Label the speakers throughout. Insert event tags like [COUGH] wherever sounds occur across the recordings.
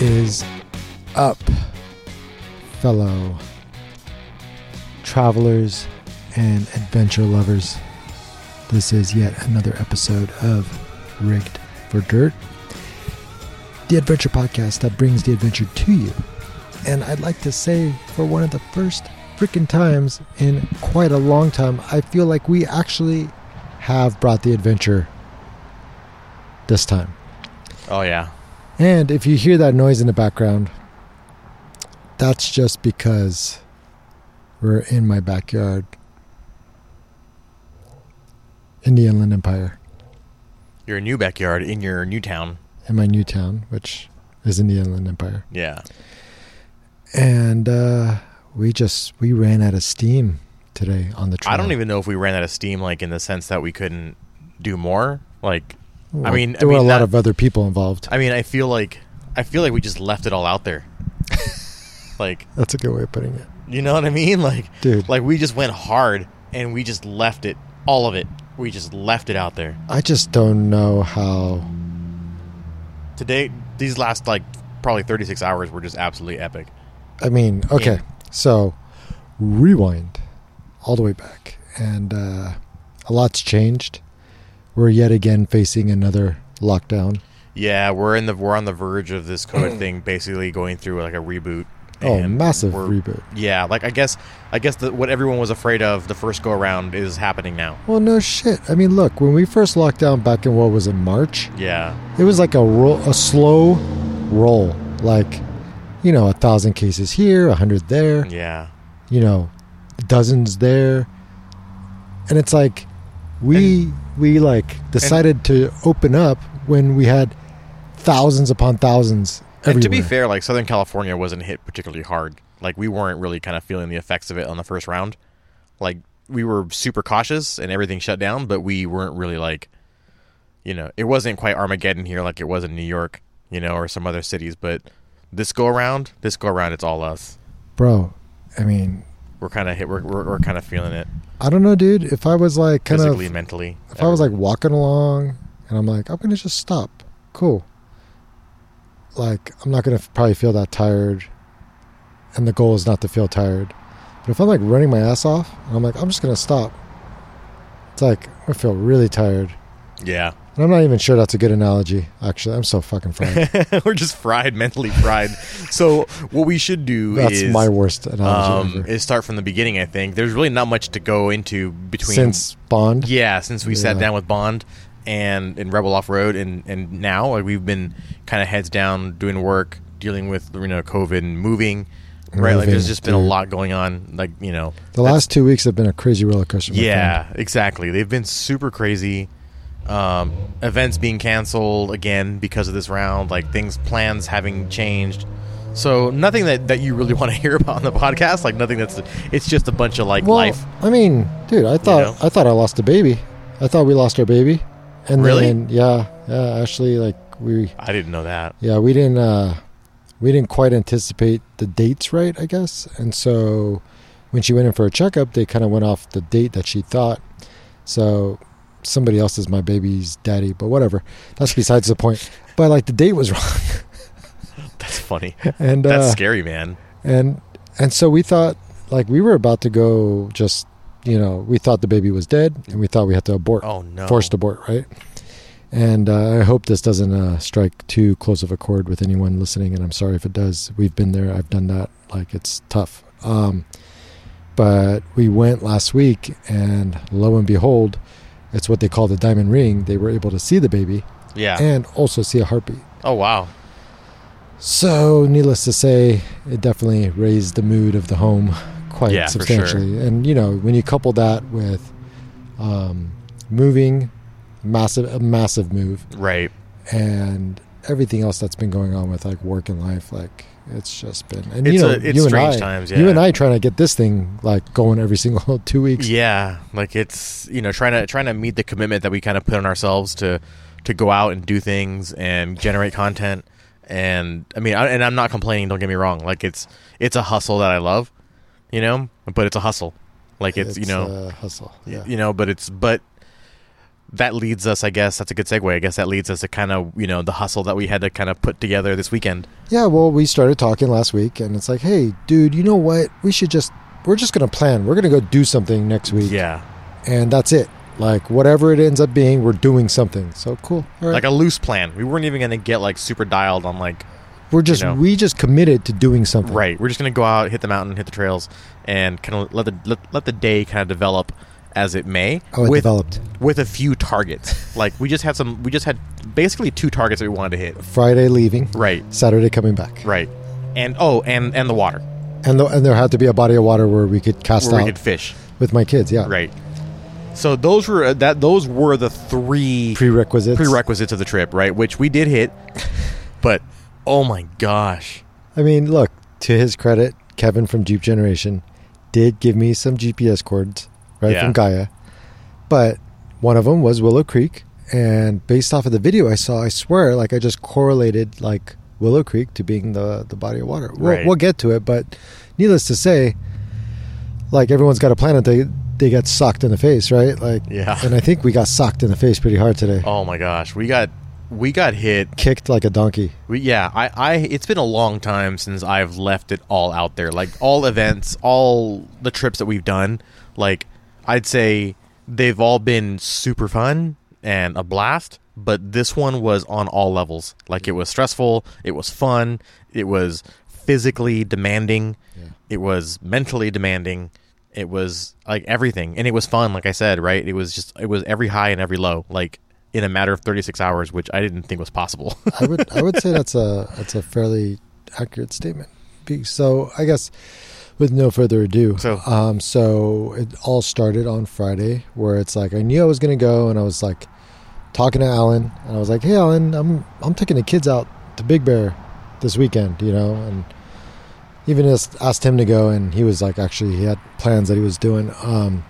Speaker 1: is up, fellow travelers and adventure lovers? This is yet another episode of Rigged for Dirt, the adventure podcast that brings the adventure to you. And I'd like to say, for one of the first freaking times in quite a long time, I feel like we actually have brought the adventure this time.
Speaker 2: Oh yeah.
Speaker 1: And if you hear that noise in the background, that's just because we're in my backyard in the Inland Empire,
Speaker 2: Your new backyard in your new town.
Speaker 1: in my new town, which is in the Inland Empire.
Speaker 2: Yeah.
Speaker 1: And uh, we just we ran out of steam today on the trail.
Speaker 2: I don't even know if we ran out of steam like in the sense that we couldn't do more. Like
Speaker 1: Well,
Speaker 2: mean- I
Speaker 1: there were
Speaker 2: mean
Speaker 1: a lot
Speaker 2: that-
Speaker 1: of other people involved.
Speaker 2: I mean, I feel like I feel like we just left it all out there. [LAUGHS] like,
Speaker 1: That's a good way of putting it,
Speaker 2: you know what I mean? Like
Speaker 1: dude.
Speaker 2: like we just went hard and we just left it all of it. We just left it out there.
Speaker 1: I just don't know how.
Speaker 2: Today these last like probably 36 hours were just absolutely epic.
Speaker 1: I mean, okay. So rewind all the way back, and uh, a lot's changed. We're yet again facing another lockdown.
Speaker 2: Yeah, we're in the we're on the verge of this
Speaker 1: [CLEARS THROAT]
Speaker 2: COVID thing basically going through like a reboot.
Speaker 1: Oh,
Speaker 2: and
Speaker 1: massive
Speaker 2: we're-
Speaker 1: reboot.
Speaker 2: Yeah, like I guess I guess that what everyone was afraid of the first go around is happening now.
Speaker 1: Well, no shit. I mean, look, when we first locked down back in what was it, March,
Speaker 2: Yeah,
Speaker 1: it was like a roll, a slow roll. Like, you know, a thousand cases here, a hundred there.
Speaker 2: yeah.
Speaker 1: you know, dozens there. And it's like we we like decided to open up when we had thousands upon thousands everywhere.
Speaker 2: And to be fair, like Southern California wasn't hit particularly hard. Like we weren't really kind of feeling the effects of it on the first round. Like we were super cautious and everything shut down, but we weren't really like, you know, it wasn't quite Armageddon here like it was in New York, you know, or some other cities. But this go around, this go around, it's all us.
Speaker 1: bro. I mean,
Speaker 2: We're kind of hit. We're, we're, we're kind of feeling it
Speaker 1: I don't know, dude. If I was like kind
Speaker 2: physically,
Speaker 1: of,
Speaker 2: mentally.
Speaker 1: if I was like walking along and I'm like, I'm gonna just stop. Cool. Like I'm not gonna f- probably feel that tired, and the goal is not to feel tired. But if I'm like running my ass off, and I'm like, I'm just gonna stop. It's like I feel really tired.
Speaker 2: yeah.
Speaker 1: And I'm not even sure that's a good analogy. Actually, I'm so fucking fried.
Speaker 2: [LAUGHS] we're just fried, mentally fried. so what we should do
Speaker 1: That's
Speaker 2: is
Speaker 1: my worst analogy
Speaker 2: um,
Speaker 1: ever.
Speaker 2: is start from the beginning. I think there's really not much to go into between
Speaker 1: Since Bond,
Speaker 2: yeah since we sat
Speaker 1: Yeah.
Speaker 2: down with Bond and and Rebel Off Road and and now like we've been kind of heads down doing work, dealing with you know COVID and moving. Right, like there's
Speaker 1: Moving,
Speaker 2: just been a
Speaker 1: dude.
Speaker 2: lot going on. Like you know,
Speaker 1: the last two weeks have been a crazy roller coaster. my
Speaker 2: yeah,
Speaker 1: friend.
Speaker 2: exactly. They've been super crazy. Um, events being canceled again because of this round, like things, plans having changed. So nothing that, that you really [LAUGHS] want to hear about on the podcast, like nothing that's it's just a bunch of like
Speaker 1: Well,
Speaker 2: life.
Speaker 1: I mean, dude, I thought
Speaker 2: know?
Speaker 1: I thought I lost a baby. I thought we lost our baby. And
Speaker 2: Really?
Speaker 1: then yeah, yeah, actually like we
Speaker 2: I didn't know that. [LAUGHS]
Speaker 1: yeah, we didn't uh we didn't quite anticipate the dates right, I guess. And so when she went in for a checkup, they kind of went off the date that she thought. So somebody else is my baby's daddy, but whatever. That's besides the point. But like the date was [LAUGHS] wrong,
Speaker 2: That's funny.
Speaker 1: and
Speaker 2: That's
Speaker 1: uh,
Speaker 2: scary, man.
Speaker 1: and and so we thought like we were about to go just you know we thought the baby was dead, and we thought we had to abort,
Speaker 2: Oh no.
Speaker 1: forced abort, right? And uh, I hope this doesn't uh, strike too close of a chord with anyone listening, and I'm sorry if it does. We've been there, I've done that. Like it's tough. Um, but we went last week, and lo and behold, it's what they call the diamond ring. They were able to see the baby
Speaker 2: Yeah.
Speaker 1: and also see a heartbeat.
Speaker 2: oh wow.
Speaker 1: So, needless to say, it definitely raised the mood of the home quite
Speaker 2: Yeah, for sure.
Speaker 1: substantially. And you know, when you couple that with um, moving, massive, a massive move,
Speaker 2: Right.
Speaker 1: and everything else that's been going on with like work and life, like it's just been. And you
Speaker 2: It's
Speaker 1: know,
Speaker 2: a- it's
Speaker 1: you and
Speaker 2: strange
Speaker 1: I,
Speaker 2: times,
Speaker 1: you
Speaker 2: yeah.
Speaker 1: and I, trying to get this thing like going every single [LAUGHS] two weeks.
Speaker 2: Yeah. Like it's you know trying to trying to meet the commitment that we kind of put on ourselves to to go out and do things and generate content. And I mean, I, and I'm not complaining. Don't get me wrong. Like it's it's a hustle that I love, you know. But it's a hustle. Like it's, you know
Speaker 1: uh, a hustle. Yeah.
Speaker 2: you know. But it's but that leads us, I guess, that's a good segue. I guess that leads us to kind of, you know, the hustle that we had to kind of put together this weekend.
Speaker 1: Yeah, well, we started talking last week, and it's like, hey, dude, you know what? We should just, we're just going to plan. We're going to go do something next week.
Speaker 2: Yeah.
Speaker 1: And that's it. Like, whatever it ends up being, we're doing something. So cool. All right.
Speaker 2: Like a loose plan. We weren't even going to get like super dialed on like,
Speaker 1: we're just,
Speaker 2: you know.
Speaker 1: we just committed to doing something.
Speaker 2: right, we're just going to go out, hit the mountain, hit the trails, and kind of let the, let, let the day kind of develop as it may
Speaker 1: Oh, it
Speaker 2: with,
Speaker 1: developed.
Speaker 2: with a
Speaker 1: [LAUGHS]
Speaker 2: few targets. like we just had some, we just had basically two targets that we wanted to hit.
Speaker 1: Friday leaving,
Speaker 2: Right,
Speaker 1: Saturday coming back.
Speaker 2: right. And, oh, and, and the water
Speaker 1: And, the, and there had to be a body of water where we could cast
Speaker 2: where we
Speaker 1: out
Speaker 2: could fish.
Speaker 1: with my kids. Yeah.
Speaker 2: Right. So those were uh, that. Those were the three
Speaker 1: Prerequisites.
Speaker 2: prerequisites of the trip, right? Which we did hit, but oh my gosh,
Speaker 1: I mean, look, to his credit, Kevin from Jeep Generation did give me some GPS coords, right,
Speaker 2: Yeah.
Speaker 1: from Gaia. But one of them was Willow Creek. And based off of the video I saw, I swear, like, I just correlated, like, Willow Creek to being the, the body of water. We'll,
Speaker 2: Right.
Speaker 1: we'll get to it, but needless to say, like, everyone's got a planet, they, they got socked in the face, right? Like,
Speaker 2: Yeah.
Speaker 1: And I think we got socked in the face pretty hard today.
Speaker 2: oh my gosh, we got we got hit.
Speaker 1: Kicked like a donkey.
Speaker 2: We, yeah, I, I it's been a long time since I've left it all out there, like all events, all the trips that we've done. Like I'd say they've all been super fun and a blast, but this one was on all levels. Like it was stressful, it was fun, it was physically demanding,
Speaker 1: Yeah.
Speaker 2: it was mentally demanding, it was like everything, and it was fun. Like I said, right? It was just it was every high and every low, like in a matter of thirty six hours, which I didn't think was possible.
Speaker 1: I would I would say that's a that's a fairly accurate statement. Be- So I guess with no further ado,
Speaker 2: So-
Speaker 1: um, so it all started on Friday where it's like I knew I was gonna go and I was like talking to Alan and I was like, hey Alan, I'm I'm taking the kids out to Big Bear this weekend, you know, and even just asked him to go and he was like actually he had plans that he was doing. Um,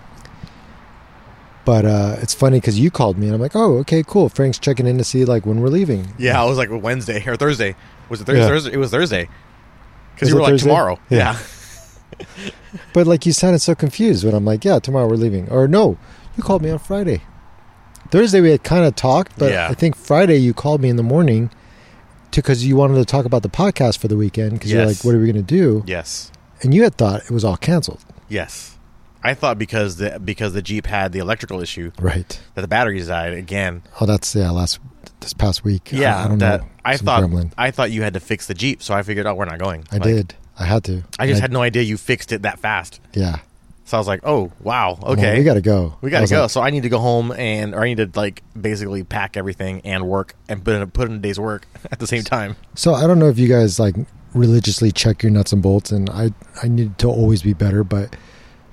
Speaker 1: but uh, it's funny because you called me and I'm like, oh, okay, cool. Frank's checking in to see like when we're leaving.
Speaker 2: Yeah, I was like Wednesday or Thursday. Was it Thursday?
Speaker 1: Yeah.
Speaker 2: Thursday? It was Thursday. Because
Speaker 1: Was
Speaker 2: you were
Speaker 1: it
Speaker 2: like
Speaker 1: Thursday?
Speaker 2: tomorrow.
Speaker 1: Yeah. But like you sounded so confused when I'm like, yeah, tomorrow we're leaving. Or no, you called me on Friday. Thursday we had kind of talked, but
Speaker 2: Yeah.
Speaker 1: I think Friday you called me in the morning because you wanted to talk about the podcast for the weekend because you're
Speaker 2: Yes.
Speaker 1: like, what are we going to do?
Speaker 2: [LAUGHS] Yes.
Speaker 1: And you had thought it was all canceled.
Speaker 2: Yes. I thought because the because the Jeep had the electrical issue
Speaker 1: Right.
Speaker 2: that the batteries died again.
Speaker 1: Oh, that's yeah. Last this past week. I-
Speaker 2: Yeah,
Speaker 1: I, don't
Speaker 2: that
Speaker 1: know.
Speaker 2: I
Speaker 1: Some
Speaker 2: thought
Speaker 1: gremlin.
Speaker 2: I thought you had to fix the Jeep, so I figured, oh, we're not going.
Speaker 1: I
Speaker 2: Like,
Speaker 1: did. I had to.
Speaker 2: I just had no idea you fixed it that fast.
Speaker 1: Yeah.
Speaker 2: So I was like, oh wow,
Speaker 1: I'm like,
Speaker 2: okay,
Speaker 1: we got to go.
Speaker 2: we
Speaker 1: I
Speaker 2: gotta
Speaker 1: was
Speaker 2: go.
Speaker 1: like,
Speaker 2: so I need to go home and or I need to like basically pack everything and work and put in put in a day's work [LAUGHS] at the same time.
Speaker 1: So I don't know if you guys like religiously check your nuts and bolts, and I I need to always be better, but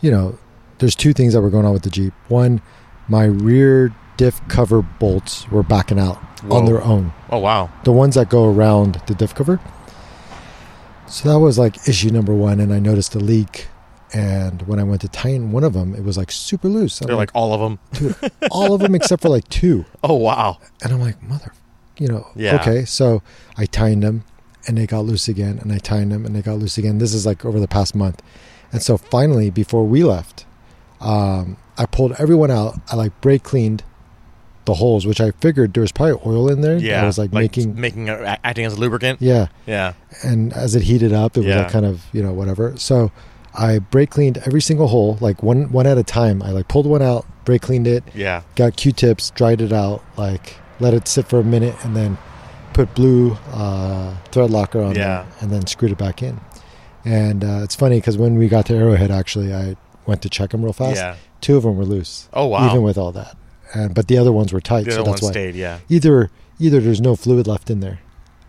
Speaker 1: you know, there's two things that were going on with the Jeep. One, my rear diff cover bolts were backing out
Speaker 2: Whoa.
Speaker 1: on their own,
Speaker 2: Oh wow,
Speaker 1: the ones that go around the diff cover. So that was like issue number one, and I noticed a leak. And when I went to tighten one of them, it was like super loose. I'm
Speaker 2: they're like all of them. [LAUGHS]
Speaker 1: like all of them except for like two.
Speaker 2: Oh wow,
Speaker 1: And I'm like, mother, you know,
Speaker 2: Yeah.
Speaker 1: okay. So I tightened them and they got loose again and I tightened them and they got loose again. This is like over the past month. And so finally, before we left, um, I pulled everyone out. I like brake cleaned the holes, which I figured there was probably oil in there.
Speaker 2: yeah.
Speaker 1: I was like, making,
Speaker 2: making a- acting as a lubricant.
Speaker 1: yeah.
Speaker 2: Yeah.
Speaker 1: And as it heated up, it was
Speaker 2: Yeah.
Speaker 1: like kind of, you know, whatever. So I brake cleaned every single hole, like one, one at a time. I like pulled one out, brake cleaned it,
Speaker 2: Yeah.
Speaker 1: got Q-tips, dried it out, like let it sit for a minute, and then put blue uh, thread locker on
Speaker 2: Yeah.
Speaker 1: it, and then screwed it back in. And uh, it's funny because when we got to Arrowhead, actually, I went to check them real fast.
Speaker 2: Yeah.
Speaker 1: Two of them were loose,
Speaker 2: Oh wow.
Speaker 1: even with all that, and but the other ones were tight,
Speaker 2: the
Speaker 1: so
Speaker 2: other one
Speaker 1: that's why
Speaker 2: stayed. Yeah.
Speaker 1: either either there's no fluid left in there,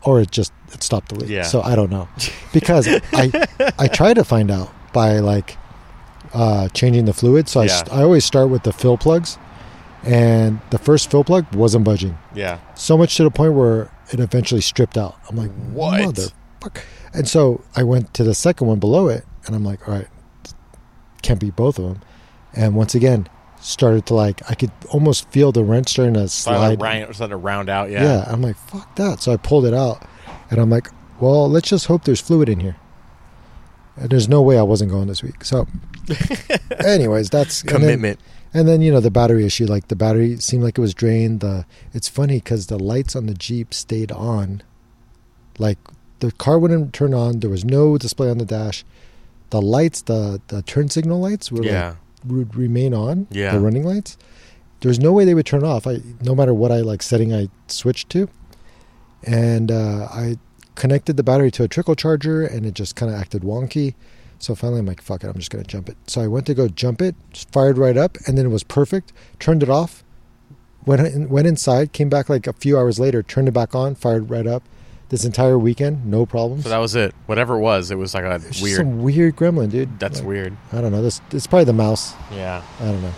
Speaker 1: or it just it stopped the leak.
Speaker 2: Yeah.
Speaker 1: So I don't
Speaker 2: [LAUGHS]
Speaker 1: know because I I try to find out by like uh, changing the fluid. So I, st- I always start with the fill plugs, and the first fill plug wasn't budging.
Speaker 2: Yeah.
Speaker 1: So much to the point where it eventually stripped out. I'm like,
Speaker 2: What?
Speaker 1: Motherfuck. And so I went to the second one below it, and I'm like, all right, can't be both of them. And once again, started to like, I could almost feel the wrench starting to
Speaker 2: Started
Speaker 1: slide
Speaker 2: to round, started to round out. Yeah.
Speaker 1: yeah. I'm like, fuck that. So I pulled it out and I'm like, well, let's just hope there's fluid in here.
Speaker 2: [LAUGHS]
Speaker 1: And there's no way I wasn't going this week. So, anyways, that's and then- And
Speaker 2: Commitment.
Speaker 1: then, And then you know the battery issue. Like the battery seemed like it was drained. The it's funny because the lights on the Jeep stayed on. Like the car wouldn't turn on. There was no display on the dash. The lights, the the turn signal lights, were like,
Speaker 2: yeah.
Speaker 1: would remain on.
Speaker 2: Yeah.
Speaker 1: The running lights. There's no way they would turn off. I no matter what I like setting I switched to, and uh, I connected the battery to a trickle charger, and it just kind of acted wonky. So finally, I'm like, "Fuck it, I'm just gonna jump it." So I went to go jump it, just fired right up, and then it was perfect. Turned it off, went in, went inside, came back like a few hours later, turned it back on, fired right up. This entire weekend, no problems.
Speaker 2: So that was it. Whatever it was, it was like a
Speaker 1: It's just
Speaker 2: weird.
Speaker 1: some weird gremlin, dude.
Speaker 2: That's
Speaker 1: Like,
Speaker 2: weird.
Speaker 1: I don't know. This it's probably the mouse.
Speaker 2: Yeah.
Speaker 1: I don't know.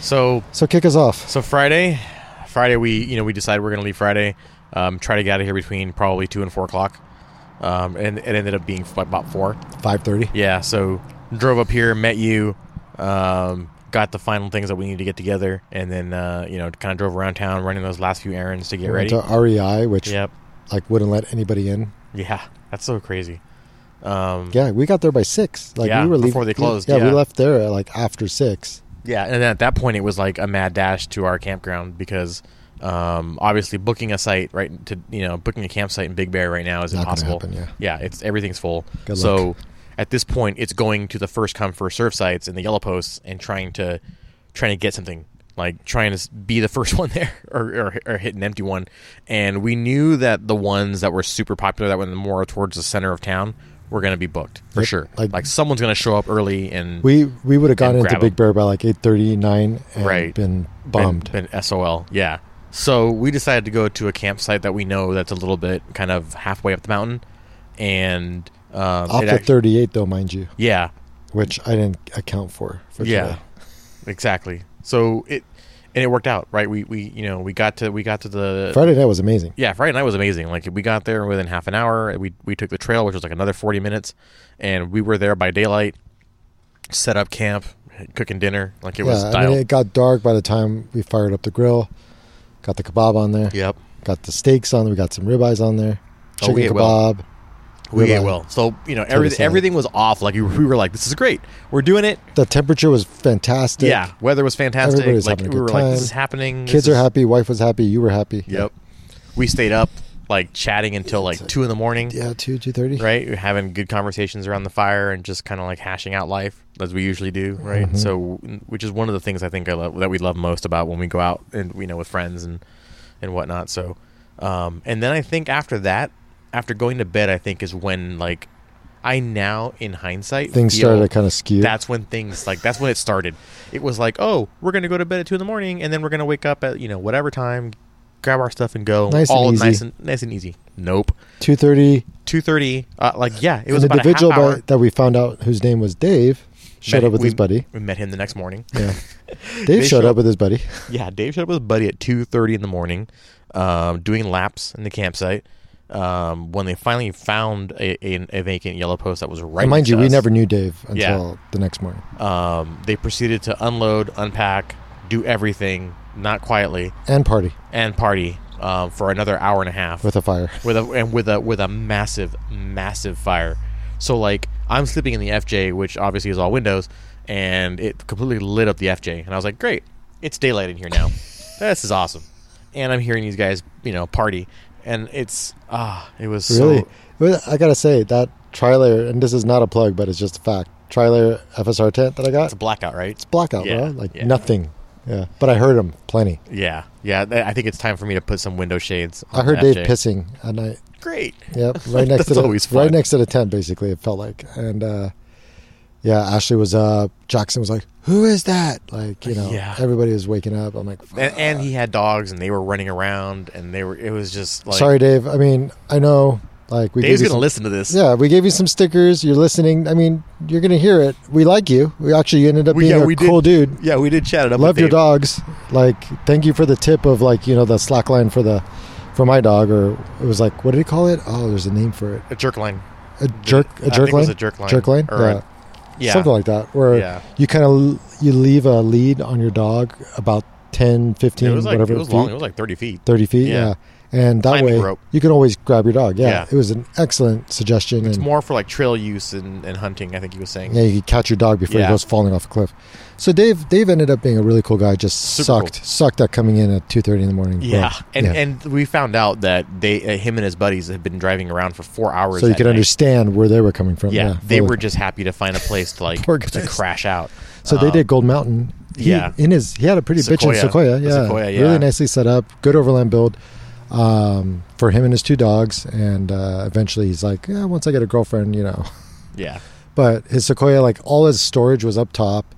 Speaker 2: So
Speaker 1: So kick us off.
Speaker 2: so Friday, Friday we you know we decide we're gonna leave Friday. Um, try to get out of here between probably two and four o'clock. Um, and it ended up being about four.
Speaker 1: Five thirty.
Speaker 2: Yeah. So drove up here, met you, um, got the final things that we need to get together, and then uh, you know kind of drove around town, running those last few errands to get ready.
Speaker 1: To REI, E which
Speaker 2: Yep.
Speaker 1: like wouldn't let anybody in.
Speaker 2: Yeah. That's so crazy. Um,
Speaker 1: Yeah, we got there by six. Like
Speaker 2: Yeah,
Speaker 1: we were leaving
Speaker 2: before they closed,
Speaker 1: Yeah, we
Speaker 2: yeah.
Speaker 1: left there at, like after six.
Speaker 2: Yeah, and at that point, it was like a mad dash to our campground because um, obviously booking a site right to you know booking a campsite in Big Bear right now is
Speaker 1: Not gonna
Speaker 2: impossible.
Speaker 1: happen, yeah.
Speaker 2: it's everything's full.
Speaker 1: Good
Speaker 2: so
Speaker 1: luck.
Speaker 2: at this point, it's going to the first come first serve sites and the yellow posts and trying to trying to get something like trying to s- be the [LAUGHS] first one there or, or, or hit an empty one. And we knew that the ones that were super popular that were more towards the center of town were going to be booked for
Speaker 1: Yep,
Speaker 2: sure.
Speaker 1: like-
Speaker 2: Like, someone's going to show up early and
Speaker 1: We we would have gone
Speaker 2: And
Speaker 1: into
Speaker 2: grab
Speaker 1: Big
Speaker 2: 'em.
Speaker 1: Bear by like eight thirty nine and
Speaker 2: Right.
Speaker 1: been bombed.
Speaker 2: Been, been SOL, yeah. So we decided to go to a campsite that we know that's a little bit kind of halfway up the mountain, and um,
Speaker 1: Off
Speaker 2: it
Speaker 1: the
Speaker 2: act-
Speaker 1: thirty eight though, mind you,
Speaker 2: yeah,
Speaker 1: which I didn't account for. for
Speaker 2: yeah,
Speaker 1: today.
Speaker 2: exactly. So it and it worked out, right? We we you know we got to we got to the
Speaker 1: Friday night was amazing.
Speaker 2: yeah Friday night was amazing. Like we got there within half an hour. We we took the trail, which was like another forty minutes, and we were there by daylight. Set up camp, cooking dinner, like it was
Speaker 1: yeah, I
Speaker 2: dialed.
Speaker 1: mean it got dark by the time we fired up the grill, got the kebab on there,
Speaker 2: yep.
Speaker 1: got the steaks on there, we got some ribeyes on there,
Speaker 2: Oh,
Speaker 1: chicken
Speaker 2: we ate well.
Speaker 1: kebab.
Speaker 2: We ate
Speaker 1: ribeye.
Speaker 2: well. So, you know, every,
Speaker 1: salad.
Speaker 2: everything was off. Like, we were like, this is great. We're doing it.
Speaker 1: The temperature was fantastic.
Speaker 2: Yeah. Weather was fantastic.
Speaker 1: Everybody's
Speaker 2: like, we
Speaker 1: having a
Speaker 2: were
Speaker 1: good
Speaker 2: like,
Speaker 1: time.
Speaker 2: this is happening.
Speaker 1: Kids
Speaker 2: This
Speaker 1: are
Speaker 2: is-
Speaker 1: happy. Wife was happy. You were happy.
Speaker 2: Yep. We stayed up, like, chatting until like 2 in the morning,
Speaker 1: Yeah, two two thirty.
Speaker 2: [LAUGHS] right? We were having good conversations around the fire and just kind of like hashing out life as we usually do, right?
Speaker 1: Mm-hmm.
Speaker 2: So, which is one of the things I think I love, that we love most about when we go out and, you know, with friends and, and whatnot. So, um, and then I think after that, after going to bed, I think is when like I now, in hindsight,
Speaker 1: Things
Speaker 2: feel
Speaker 1: started to kind of skew.
Speaker 2: That's when things like that's when it started. It was like, oh, we're gonna go to bed at two in the morning, and then we're gonna wake up at you know whatever time, grab our stuff and go.
Speaker 1: Nice and
Speaker 2: all
Speaker 1: easy.
Speaker 2: nice and nice and easy. Nope,
Speaker 1: two thirty.
Speaker 2: two thirty. Uh, like yeah, it
Speaker 1: An
Speaker 2: was about
Speaker 1: individual
Speaker 2: a half hour.
Speaker 1: by- that we found out whose name was Dave showed
Speaker 2: Met-
Speaker 1: up with
Speaker 2: we-
Speaker 1: his
Speaker 2: [LAUGHS]
Speaker 1: buddy.
Speaker 2: We met him the next morning.
Speaker 1: Yeah,
Speaker 2: They
Speaker 1: Dave showed
Speaker 2: showed
Speaker 1: up
Speaker 2: up-
Speaker 1: with his buddy.
Speaker 2: yeah, Dave showed up with his buddy at two thirty in the morning, um, doing laps in the campsite. Um, when they finally found a, a, a vacant yellow post that was right,
Speaker 1: And mind
Speaker 2: next
Speaker 1: you,
Speaker 2: to
Speaker 1: we
Speaker 2: us.
Speaker 1: never knew Dave until
Speaker 2: Yeah.
Speaker 1: the next morning,
Speaker 2: Um, they proceeded to unload, unpack, do everything, not quietly,
Speaker 1: and party
Speaker 2: and party um, for another hour and a half
Speaker 1: with a fire.
Speaker 2: with a and with a with a massive, massive fire. So like I'm sleeping in the FJ, which obviously is all windows, and it completely lit up the FJ. And I was like, great, it's daylight in
Speaker 1: [LAUGHS]
Speaker 2: here now. this is awesome. And I'm hearing these guys, you know, party, and it's ah, it was
Speaker 1: [LAUGHS] Really,
Speaker 2: so
Speaker 1: Well, I gotta say that trilayer, and this is not a plug, but it's just a fact. Trilayer FSR tent that I got,
Speaker 2: it's a blackout, right?
Speaker 1: blackout,
Speaker 2: yeah,
Speaker 1: bro. Like
Speaker 2: yeah.
Speaker 1: nothing. Yeah, but I heard him plenty.
Speaker 2: Yeah, yeah. th- I think it's time for me to put some window shades. On
Speaker 1: I heard
Speaker 2: the
Speaker 1: Dave
Speaker 2: FJ.
Speaker 1: pissing at night.
Speaker 2: Great. [LAUGHS]
Speaker 1: Yep, right next to
Speaker 2: That's
Speaker 1: the
Speaker 2: always fun.
Speaker 1: right next to the tent. Basically, it felt like, and uh, yeah, Ashley was up. Jackson was like, "Who is that?" Like you know,
Speaker 2: Yeah.
Speaker 1: everybody was waking up. I'm like,
Speaker 2: And, and he had dogs, and they were running around, and they were. It was just like
Speaker 1: "Sorry, Dave. I mean, I know, like we gave
Speaker 2: Dave's
Speaker 1: you
Speaker 2: gonna
Speaker 1: some-
Speaker 2: listen to this.
Speaker 1: Yeah, we gave you some stickers. You're listening. I mean, you're gonna hear it. We like you. We actually you ended up
Speaker 2: We-
Speaker 1: being
Speaker 2: yeah,
Speaker 1: a
Speaker 2: we did.
Speaker 1: cool dude.
Speaker 2: Yeah, we did chat it up.
Speaker 1: Love
Speaker 2: with
Speaker 1: your
Speaker 2: Dave.
Speaker 1: dogs. Like, thank you for the tip of like you know the slack line for the for my dog or it was like what did he call it? Oh, there's a name for it.
Speaker 2: A jerk line.
Speaker 1: A jerk.
Speaker 2: I
Speaker 1: A
Speaker 2: think
Speaker 1: jerk
Speaker 2: it was
Speaker 1: line.
Speaker 2: a jerk line.
Speaker 1: Jerk line.
Speaker 2: Or a-
Speaker 1: yeah.
Speaker 2: Yeah.
Speaker 1: something like that where
Speaker 2: Yeah.
Speaker 1: you kind of you leave a lead on your dog about 10, 15,
Speaker 2: it was like
Speaker 1: whatever
Speaker 2: it was
Speaker 1: feet,
Speaker 2: long. It was like thirty feet.
Speaker 1: 30 feet. Yeah.
Speaker 2: Yeah.
Speaker 1: And that
Speaker 2: Climbing
Speaker 1: way
Speaker 2: rope.
Speaker 1: you can always grab your dog. Yeah.
Speaker 2: Yeah.
Speaker 1: It was an excellent suggestion.
Speaker 2: It's
Speaker 1: and
Speaker 2: more for like trail use and, and hunting. I think he was saying.
Speaker 1: yeah, you could catch your dog before
Speaker 2: Yeah.
Speaker 1: he goes falling off a cliff. So Dave, Dave ended up being a really cool guy. Just
Speaker 2: Super
Speaker 1: sucked,
Speaker 2: cool.
Speaker 1: sucked at coming in at two thirty in the morning.
Speaker 2: Yeah,
Speaker 1: Well,
Speaker 2: and
Speaker 1: yeah.
Speaker 2: and we found out that they, uh, him and his buddies, had been driving around for four hours.
Speaker 1: so you
Speaker 2: that
Speaker 1: could
Speaker 2: night.
Speaker 1: understand where they were coming from.
Speaker 2: Yeah,
Speaker 1: Yeah,
Speaker 2: they
Speaker 1: fully.
Speaker 2: were just happy to find a place to
Speaker 1: [LAUGHS]
Speaker 2: like
Speaker 1: Poor
Speaker 2: to
Speaker 1: guys.
Speaker 2: crash out.
Speaker 1: So they
Speaker 2: Um,
Speaker 1: did Gold Mountain. He-
Speaker 2: yeah.
Speaker 1: in his he had a pretty bitchin'
Speaker 2: Sequoia.
Speaker 1: Sequoia.
Speaker 2: The
Speaker 1: Yeah,
Speaker 2: Sequoia, yeah.
Speaker 1: really nicely set up. Good overland build um, for him and his two dogs. And uh, eventually he's like, yeah, once I get a girlfriend, you know. [LAUGHS]
Speaker 2: Yeah,
Speaker 1: But his Sequoia, like all his storage was up top,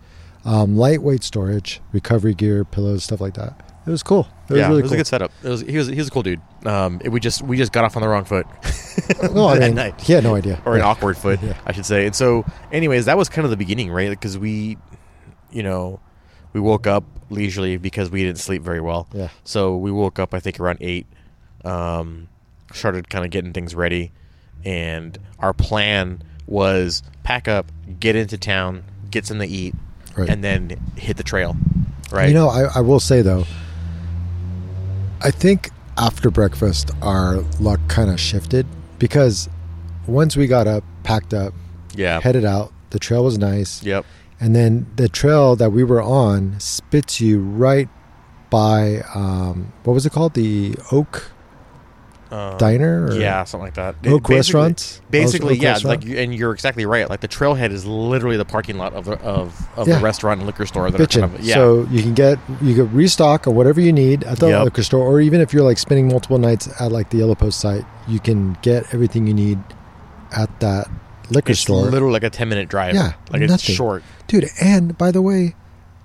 Speaker 1: um, lightweight storage, recovery gear, pillows, stuff like that. It was cool. It was
Speaker 2: yeah,
Speaker 1: really
Speaker 2: it was
Speaker 1: cool.
Speaker 2: a good setup. It was, he was he was a cool dude. Um, it- we just we just got off on the wrong foot.
Speaker 1: no, I
Speaker 2: [LAUGHS] that
Speaker 1: mean,
Speaker 2: night.
Speaker 1: he had no idea.
Speaker 2: or an
Speaker 1: Yeah.
Speaker 2: awkward foot,
Speaker 1: [LAUGHS] Yeah.
Speaker 2: I should say. And so, anyways, that was kind of the beginning, right? Because we, you know, we woke up leisurely because we didn't sleep very well.
Speaker 1: Yeah.
Speaker 2: So we woke up, I think, around eight. Um, started kind of getting things ready, and our plan was pack up, get into town, get something to eat,
Speaker 1: Right.
Speaker 2: and then hit the trail. Right.
Speaker 1: You know, I, I will say though, I think after breakfast our luck kind of shifted because once we got up, packed up,
Speaker 2: Yeah.
Speaker 1: headed out, the trail was nice,
Speaker 2: yep.
Speaker 1: and then the trail that we were on spits you right by um, what was it called? The Oak
Speaker 2: Um,
Speaker 1: Diner? Or
Speaker 2: Yeah, something like that.
Speaker 1: Oak
Speaker 2: Basically-
Speaker 1: Restaurants.
Speaker 2: Basically,
Speaker 1: Oak
Speaker 2: yeah,
Speaker 1: Restaurant?
Speaker 2: like, you- and you're exactly right. Like the trailhead is literally the parking lot of the of, of
Speaker 1: Yeah.
Speaker 2: the restaurant and liquor store. That are
Speaker 1: Bitchin'.
Speaker 2: kind of, yeah,
Speaker 1: So you can get you can restock or whatever you need at the
Speaker 2: Yep.
Speaker 1: liquor store, or even if you're like spending multiple nights at like the Yellow Post site, you can get everything you need at that liquor
Speaker 2: it's
Speaker 1: store,
Speaker 2: literally like a ten minute drive.
Speaker 1: Yeah,
Speaker 2: like it's
Speaker 1: nothing.
Speaker 2: short. [LAUGHS]
Speaker 1: dude. And by the way,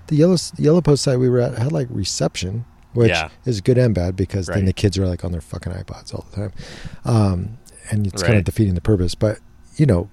Speaker 1: the Yellow Yellow Post site we were at had like reception, which
Speaker 2: Yeah.
Speaker 1: is good and bad because then
Speaker 2: Right.
Speaker 1: the kids are like on their fucking iPods all the time, um, and it's kind of
Speaker 2: Right.
Speaker 1: defeating the purpose. But you know,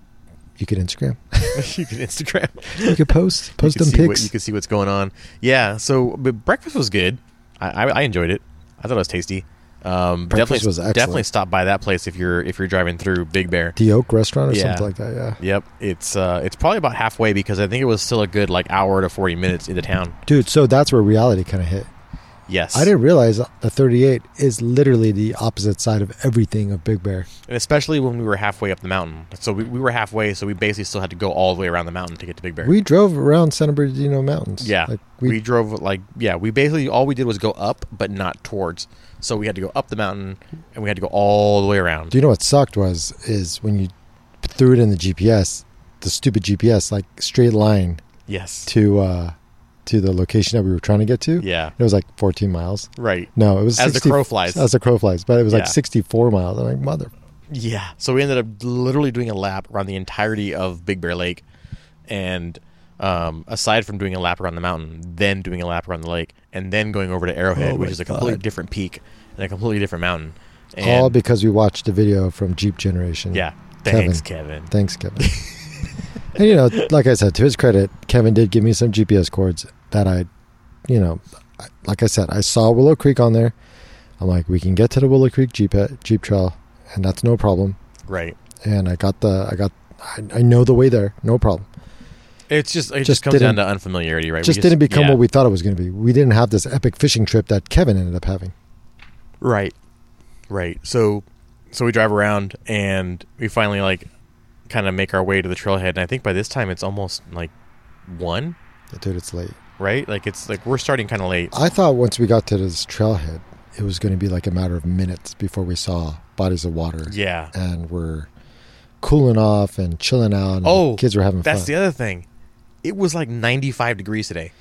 Speaker 1: you could Instagram, [LAUGHS]
Speaker 2: you can Instagram,
Speaker 1: you could post post
Speaker 2: [LAUGHS] you can
Speaker 1: them
Speaker 2: see what-
Speaker 1: pics.
Speaker 2: you can see what's going on. Yeah. So, but breakfast was good. I, I, I enjoyed it. I thought it was tasty. Um,
Speaker 1: Breakfast
Speaker 2: definitely,
Speaker 1: was excellent.
Speaker 2: definitely stop by that place if you're if you're driving through Big Bear.
Speaker 1: the Oak Restaurant or
Speaker 2: Yeah.
Speaker 1: something like that. Yeah,
Speaker 2: Yep, it's uh, it's probably about halfway because I think it was still a good like hour to forty minutes into town.
Speaker 1: dude. So that's where reality kind of hit.
Speaker 2: Yes,
Speaker 1: I didn't realize the 38 is literally the opposite side of everything of Big Bear.
Speaker 2: And especially when we were halfway up the mountain. So we, we were halfway, so we basically still had to go all the way around the mountain to get to Big Bear.
Speaker 1: We drove around San Bernardino Mountains.
Speaker 2: yeah.
Speaker 1: Like
Speaker 2: we,
Speaker 1: we,
Speaker 2: drove like yeah, we basically all we did was go up but not towards. So we had to go up the mountain and we had to go all the way around.
Speaker 1: do you know what sucked was is when you threw it in the GPS, the stupid GPS, like straight line
Speaker 2: yes.
Speaker 1: to uh to the location that we were trying to get to.
Speaker 2: Yeah.
Speaker 1: It was like 14 miles.
Speaker 2: Right.
Speaker 1: No, it was
Speaker 2: As the
Speaker 1: 60
Speaker 2: crow flies.
Speaker 1: As the crow flies, but it was like
Speaker 2: Yeah.
Speaker 1: 64 miles. I'm like, mother.
Speaker 2: Yeah. So we ended up literally doing a lap around the entirety of Big Bear Lake. And um, aside from doing a lap around the mountain, then doing a lap around the lake, and then going over to Arrowhead,
Speaker 1: Oh
Speaker 2: which
Speaker 1: my
Speaker 2: is a completely
Speaker 1: God.
Speaker 2: different peak and a completely different mountain. And
Speaker 1: All because we watched a video from Jeep Generation.
Speaker 2: yeah.
Speaker 1: Kevin.
Speaker 2: Thanks, Kevin.
Speaker 1: Thanks, Kevin. and you know, like I said, to his credit, Kevin did give me some GPS cords that I, you know, I- like I said, I saw Willow Creek on there. I'm like, we can get to the Willow Creek Jeep uh, Jeep Trail, and that's no problem.
Speaker 2: Right.
Speaker 1: And I got the, I got, I, I know the way there, no problem.
Speaker 2: It's just it
Speaker 1: Just
Speaker 2: just, comes down
Speaker 1: didn't-
Speaker 2: to unfamiliarity, right? We
Speaker 1: just, didn't become
Speaker 2: yeah.
Speaker 1: what we thought it was going to be. We didn't have this epic fishing trip that Kevin ended up having.
Speaker 2: right, right. So, so we drive around and we finally like kind of make our way to the trailhead, and I think by this time it's almost like one,
Speaker 1: Dude, it's late.
Speaker 2: right? Like it's like we're starting kind of late.
Speaker 1: I thought once we got to this trailhead, it was going to be like a matter of minutes before we saw bodies of water.
Speaker 2: Yeah.
Speaker 1: and we're cooling off and chilling out. And
Speaker 2: Oh,
Speaker 1: the kids were having
Speaker 2: That's
Speaker 1: fun.
Speaker 2: the other thing. It was like 95 degrees today.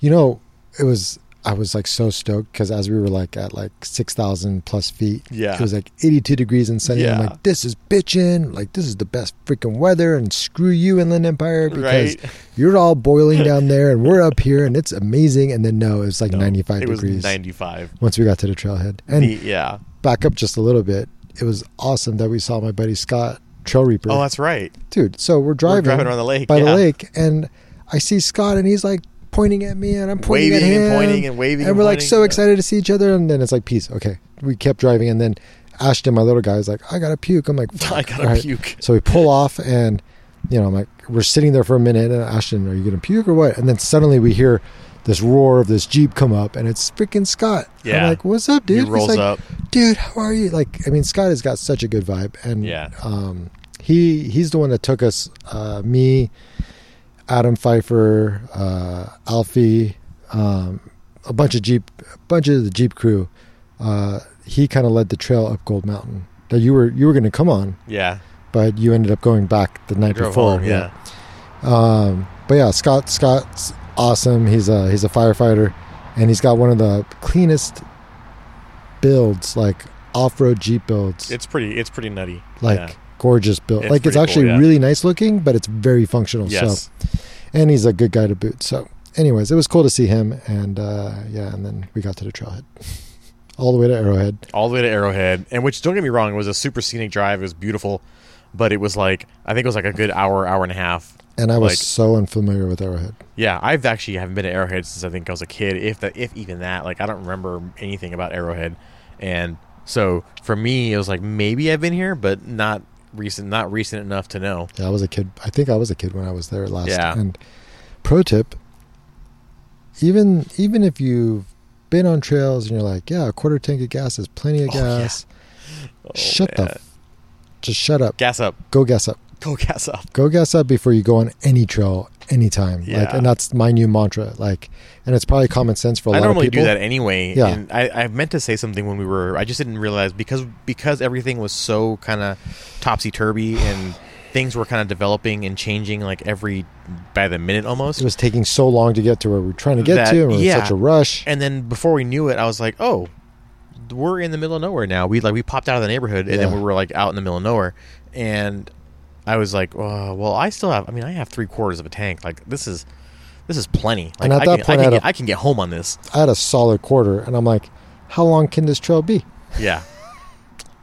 Speaker 1: you know, it was. I was like so stoked because as we were like at like six thousand plus feet,
Speaker 2: Yeah.
Speaker 1: it was like eighty-two degrees and sunny. I'm
Speaker 2: Yeah.
Speaker 1: like, this is bitching. Like this is the best freaking weather. And screw you, Inland Empire, because
Speaker 2: Right.
Speaker 1: you're all boiling down there and we're up here and it's amazing. And then no, it was
Speaker 2: [LAUGHS]
Speaker 1: like ninety-five
Speaker 2: it was
Speaker 1: degrees
Speaker 2: 95.
Speaker 1: once we got to the trailhead. And
Speaker 2: The- yeah.
Speaker 1: back up just a little bit, it was awesome that we saw my buddy Scott Trail Reaper.
Speaker 2: Oh, that's right.
Speaker 1: dude. So we're
Speaker 2: We're
Speaker 1: driving,
Speaker 2: driving around the [LAUGHS] lake.
Speaker 1: by
Speaker 2: yeah.
Speaker 1: the lake, and I see Scott, and he's like pointing at me, and I'm pointing
Speaker 2: waving
Speaker 1: at him,
Speaker 2: and pointing and waving,
Speaker 1: and we're like
Speaker 2: pointing.
Speaker 1: so excited to see each other, and then it's like peace. Okay, we kept driving, and then Ashton, my little guy, is like, I gotta puke. I'm
Speaker 2: [LAUGHS]
Speaker 1: like,
Speaker 2: [LAUGHS] I
Speaker 1: "Fuck,
Speaker 2: gotta
Speaker 1: all right."
Speaker 2: puke.
Speaker 1: So we pull off, and you know, I'm like, we're sitting there for a minute, and Ashton, are you gonna puke or what? And then suddenly we hear this roar of this Jeep come up, and it's freaking Scott.
Speaker 2: Yeah.
Speaker 1: I'm like, what's up, dude?
Speaker 2: he
Speaker 1: He's
Speaker 2: rolls
Speaker 1: like,
Speaker 2: up.
Speaker 1: dude, how are you? Like, I mean, Scott has got such a good vibe, and
Speaker 2: Yeah.
Speaker 1: um, he he's the one that took us, uh, me, Adam Pfeiffer, uh, Alfie, um, a bunch of Jeep, a bunch of the Jeep crew. Uh, he kind of led the trail up Gold Mountain that you were you were going to come on,
Speaker 2: Yeah.
Speaker 1: but you ended up going back the night
Speaker 2: Drove
Speaker 1: before.
Speaker 2: home, yeah.
Speaker 1: Um, but yeah, Scott Scott's awesome. He's a he's a firefighter, and he's got one of the cleanest builds, like off-road Jeep builds,
Speaker 2: It's pretty it's pretty nutty.
Speaker 1: like
Speaker 2: yeah.
Speaker 1: gorgeous build.
Speaker 2: It's
Speaker 1: like it's
Speaker 2: pretty cool,
Speaker 1: actually
Speaker 2: yeah.
Speaker 1: really nice looking, but it's very functional.
Speaker 2: Yes.
Speaker 1: So, and he's a good guy to boot. So, anyways, it was cool to see him, and uh, yeah, and then we got to the trailhead, [LAUGHS] all the way to Arrowhead.
Speaker 2: all the way to Arrowhead, and which don't get me wrong, it was a super scenic drive. It was beautiful, but it was like I think it was like a good hour, hour and a half.
Speaker 1: And I was
Speaker 2: Like-
Speaker 1: so unfamiliar with Arrowhead.
Speaker 2: Yeah, I've actually haven't been to Arrowhead since I think I was a kid, if that, if even that. Like I don't remember anything about Arrowhead, and so for me it was like maybe I've been here, but not recent, not recent enough to know.
Speaker 1: Yeah, I was a kid. I think I was a kid when I was there last.
Speaker 2: Yeah.
Speaker 1: And pro tip: even even if you've been on trails and you're like, yeah, a quarter tank of gas is plenty of
Speaker 2: Oh, yeah.
Speaker 1: gas.
Speaker 2: Oh,
Speaker 1: shut
Speaker 2: man.
Speaker 1: the, f- just shut up.
Speaker 2: gas up,
Speaker 1: Go gas up.
Speaker 2: go gas up.
Speaker 1: Go gas up before you go on any trail anytime. Like,
Speaker 2: Yeah.
Speaker 1: and that's my new mantra. Like, and it's probably common sense for a
Speaker 2: I
Speaker 1: lot
Speaker 2: normally
Speaker 1: of people.
Speaker 2: do that anyway.
Speaker 1: Yeah.
Speaker 2: And I, I meant to say something when we were. I just didn't realize because because everything was so kind of topsy turvy and things were kind of developing and changing like every by the minute almost.
Speaker 1: It was taking so long to get to where we're trying to get
Speaker 2: That-
Speaker 1: to, and we're in
Speaker 2: yeah.
Speaker 1: such a rush.
Speaker 2: and then before we knew it, I was like, oh, we're in the middle of nowhere now. We like we popped out of the neighborhood and
Speaker 1: Yeah.
Speaker 2: then we were like out in the middle of nowhere, and I was like, oh, well, I still have. I mean, I have three quarters of a tank. Like this is. This is plenty. Like,
Speaker 1: And at
Speaker 2: I,
Speaker 1: that
Speaker 2: can,
Speaker 1: point, I
Speaker 2: I, can
Speaker 1: had
Speaker 2: get,
Speaker 1: a-
Speaker 2: I can get home on this.
Speaker 1: I had a solid quarter, and I'm like, how long can this trail be? [LAUGHS]
Speaker 2: Yeah,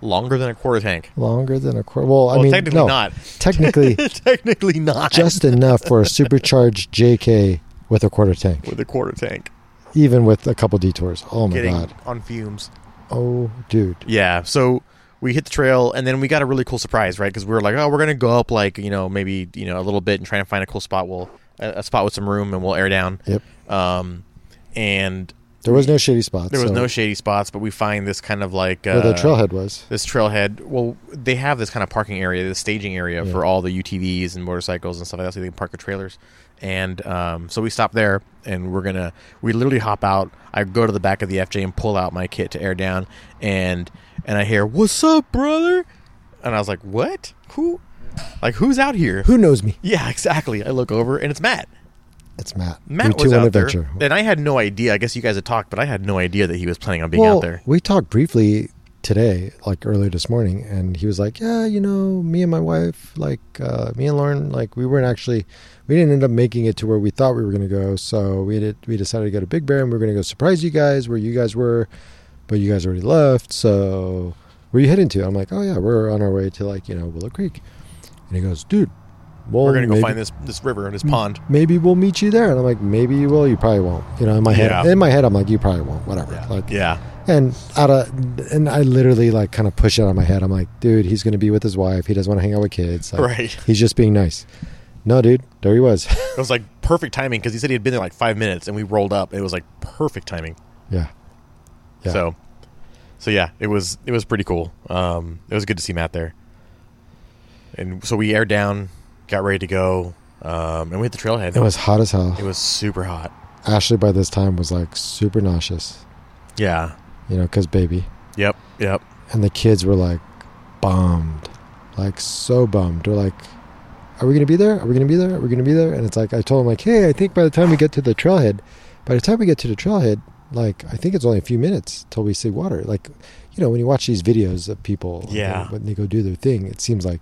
Speaker 2: longer than a quarter tank.
Speaker 1: Longer than a quarter. Well, I
Speaker 2: well,
Speaker 1: mean,
Speaker 2: technically
Speaker 1: no.
Speaker 2: not. [LAUGHS]
Speaker 1: Technically,
Speaker 2: technically not.
Speaker 1: just enough for a supercharged JK with a quarter tank,
Speaker 2: with a quarter tank,
Speaker 1: even with a couple detours. Oh my
Speaker 2: getting
Speaker 1: Oh, god!
Speaker 2: on fumes.
Speaker 1: Oh, dude,
Speaker 2: Yeah. So we hit the trail, and then we got a really cool surprise, right? Because we were like, oh, we're gonna go up, like you know, maybe you know, a little bit, and try and find a cool spot. We'll a, a spot with some room, and we'll air down.
Speaker 1: Yep.
Speaker 2: Um, and
Speaker 1: there was no shitty spots.
Speaker 2: there was
Speaker 1: so-
Speaker 2: no shady spots, but we find this kind of like uh,
Speaker 1: where the trailhead was.
Speaker 2: this trailhead. Well, they have this kind of parking area, this staging area
Speaker 1: Yeah.
Speaker 2: for all the UTVs and motorcycles and stuff like that, so they can park the trailers. And um, so we stop there, and we're gonna we literally hop out. I go to the back of the FJ and pull out my kit to air down, and and I hear "What's up, brother?" And I was like, "What? Who? Like who's out here?"
Speaker 1: Who knows me?
Speaker 2: [LAUGHS] Yeah, exactly. I look over, and it's Matt.
Speaker 1: It's Matt.
Speaker 2: Matt
Speaker 1: We
Speaker 2: was
Speaker 1: two on
Speaker 2: out
Speaker 1: adventure.
Speaker 2: there, and I had no idea. I guess you guys had talked, but I had no idea that he was planning on being
Speaker 1: well,
Speaker 2: out there.
Speaker 1: we talked briefly today, like earlier this morning, and he was like, "Yeah, you know, me and my wife, like uh, me and Lauren, like we weren't actually, we didn't end up making it to where we thought we were going to go. So we did, we decided to go to Big Bear, and we are going to go surprise you guys where you guys were, but you guys already left. So where you heading to? I'm like, oh yeah, we're on our way to like you know Willow Creek, and he goes, dude, well,
Speaker 2: We're gonna go
Speaker 1: maybe-
Speaker 2: find this this river, this pond.
Speaker 1: Maybe we'll meet you there, and I'm like, maybe you will. You probably won't. You know, in my head,
Speaker 2: Yeah.
Speaker 1: in my head, I'm like, you probably won't. Whatever. Like,
Speaker 2: Yeah.
Speaker 1: and out of and I literally like kind of push it out of my head. I'm like, dude, he's gonna be with his wife. He doesn't want to hang out with kids. Like,
Speaker 2: Right.
Speaker 1: He's just being nice. No, dude, there he was. [LAUGHS]
Speaker 2: It was like perfect timing because he said he had been there like five minutes, and we rolled up. It was like perfect timing.
Speaker 1: yeah, Yeah.
Speaker 2: So, so yeah, it was it was pretty cool. Um, it was good to see Matt there. And so we aired down, got ready to go, um, and we hit the trailhead.
Speaker 1: it was hot as hell.
Speaker 2: it was super hot.
Speaker 1: Ashley by this time was like super nauseous,
Speaker 2: Yeah.
Speaker 1: you know, because baby,
Speaker 2: Yep. Yep.
Speaker 1: and the kids were like bummed, like so bummed. They're like, are we gonna be there? Are we gonna be there? Are we gonna be there? And it's like I told him like, hey, I think by the time we get to the trailhead, by the time we get to the trailhead, like I think it's only a few minutes till we see water. Like, you know, when you watch these videos of people, like,
Speaker 2: Yeah.
Speaker 1: when they go do their thing, it seems like,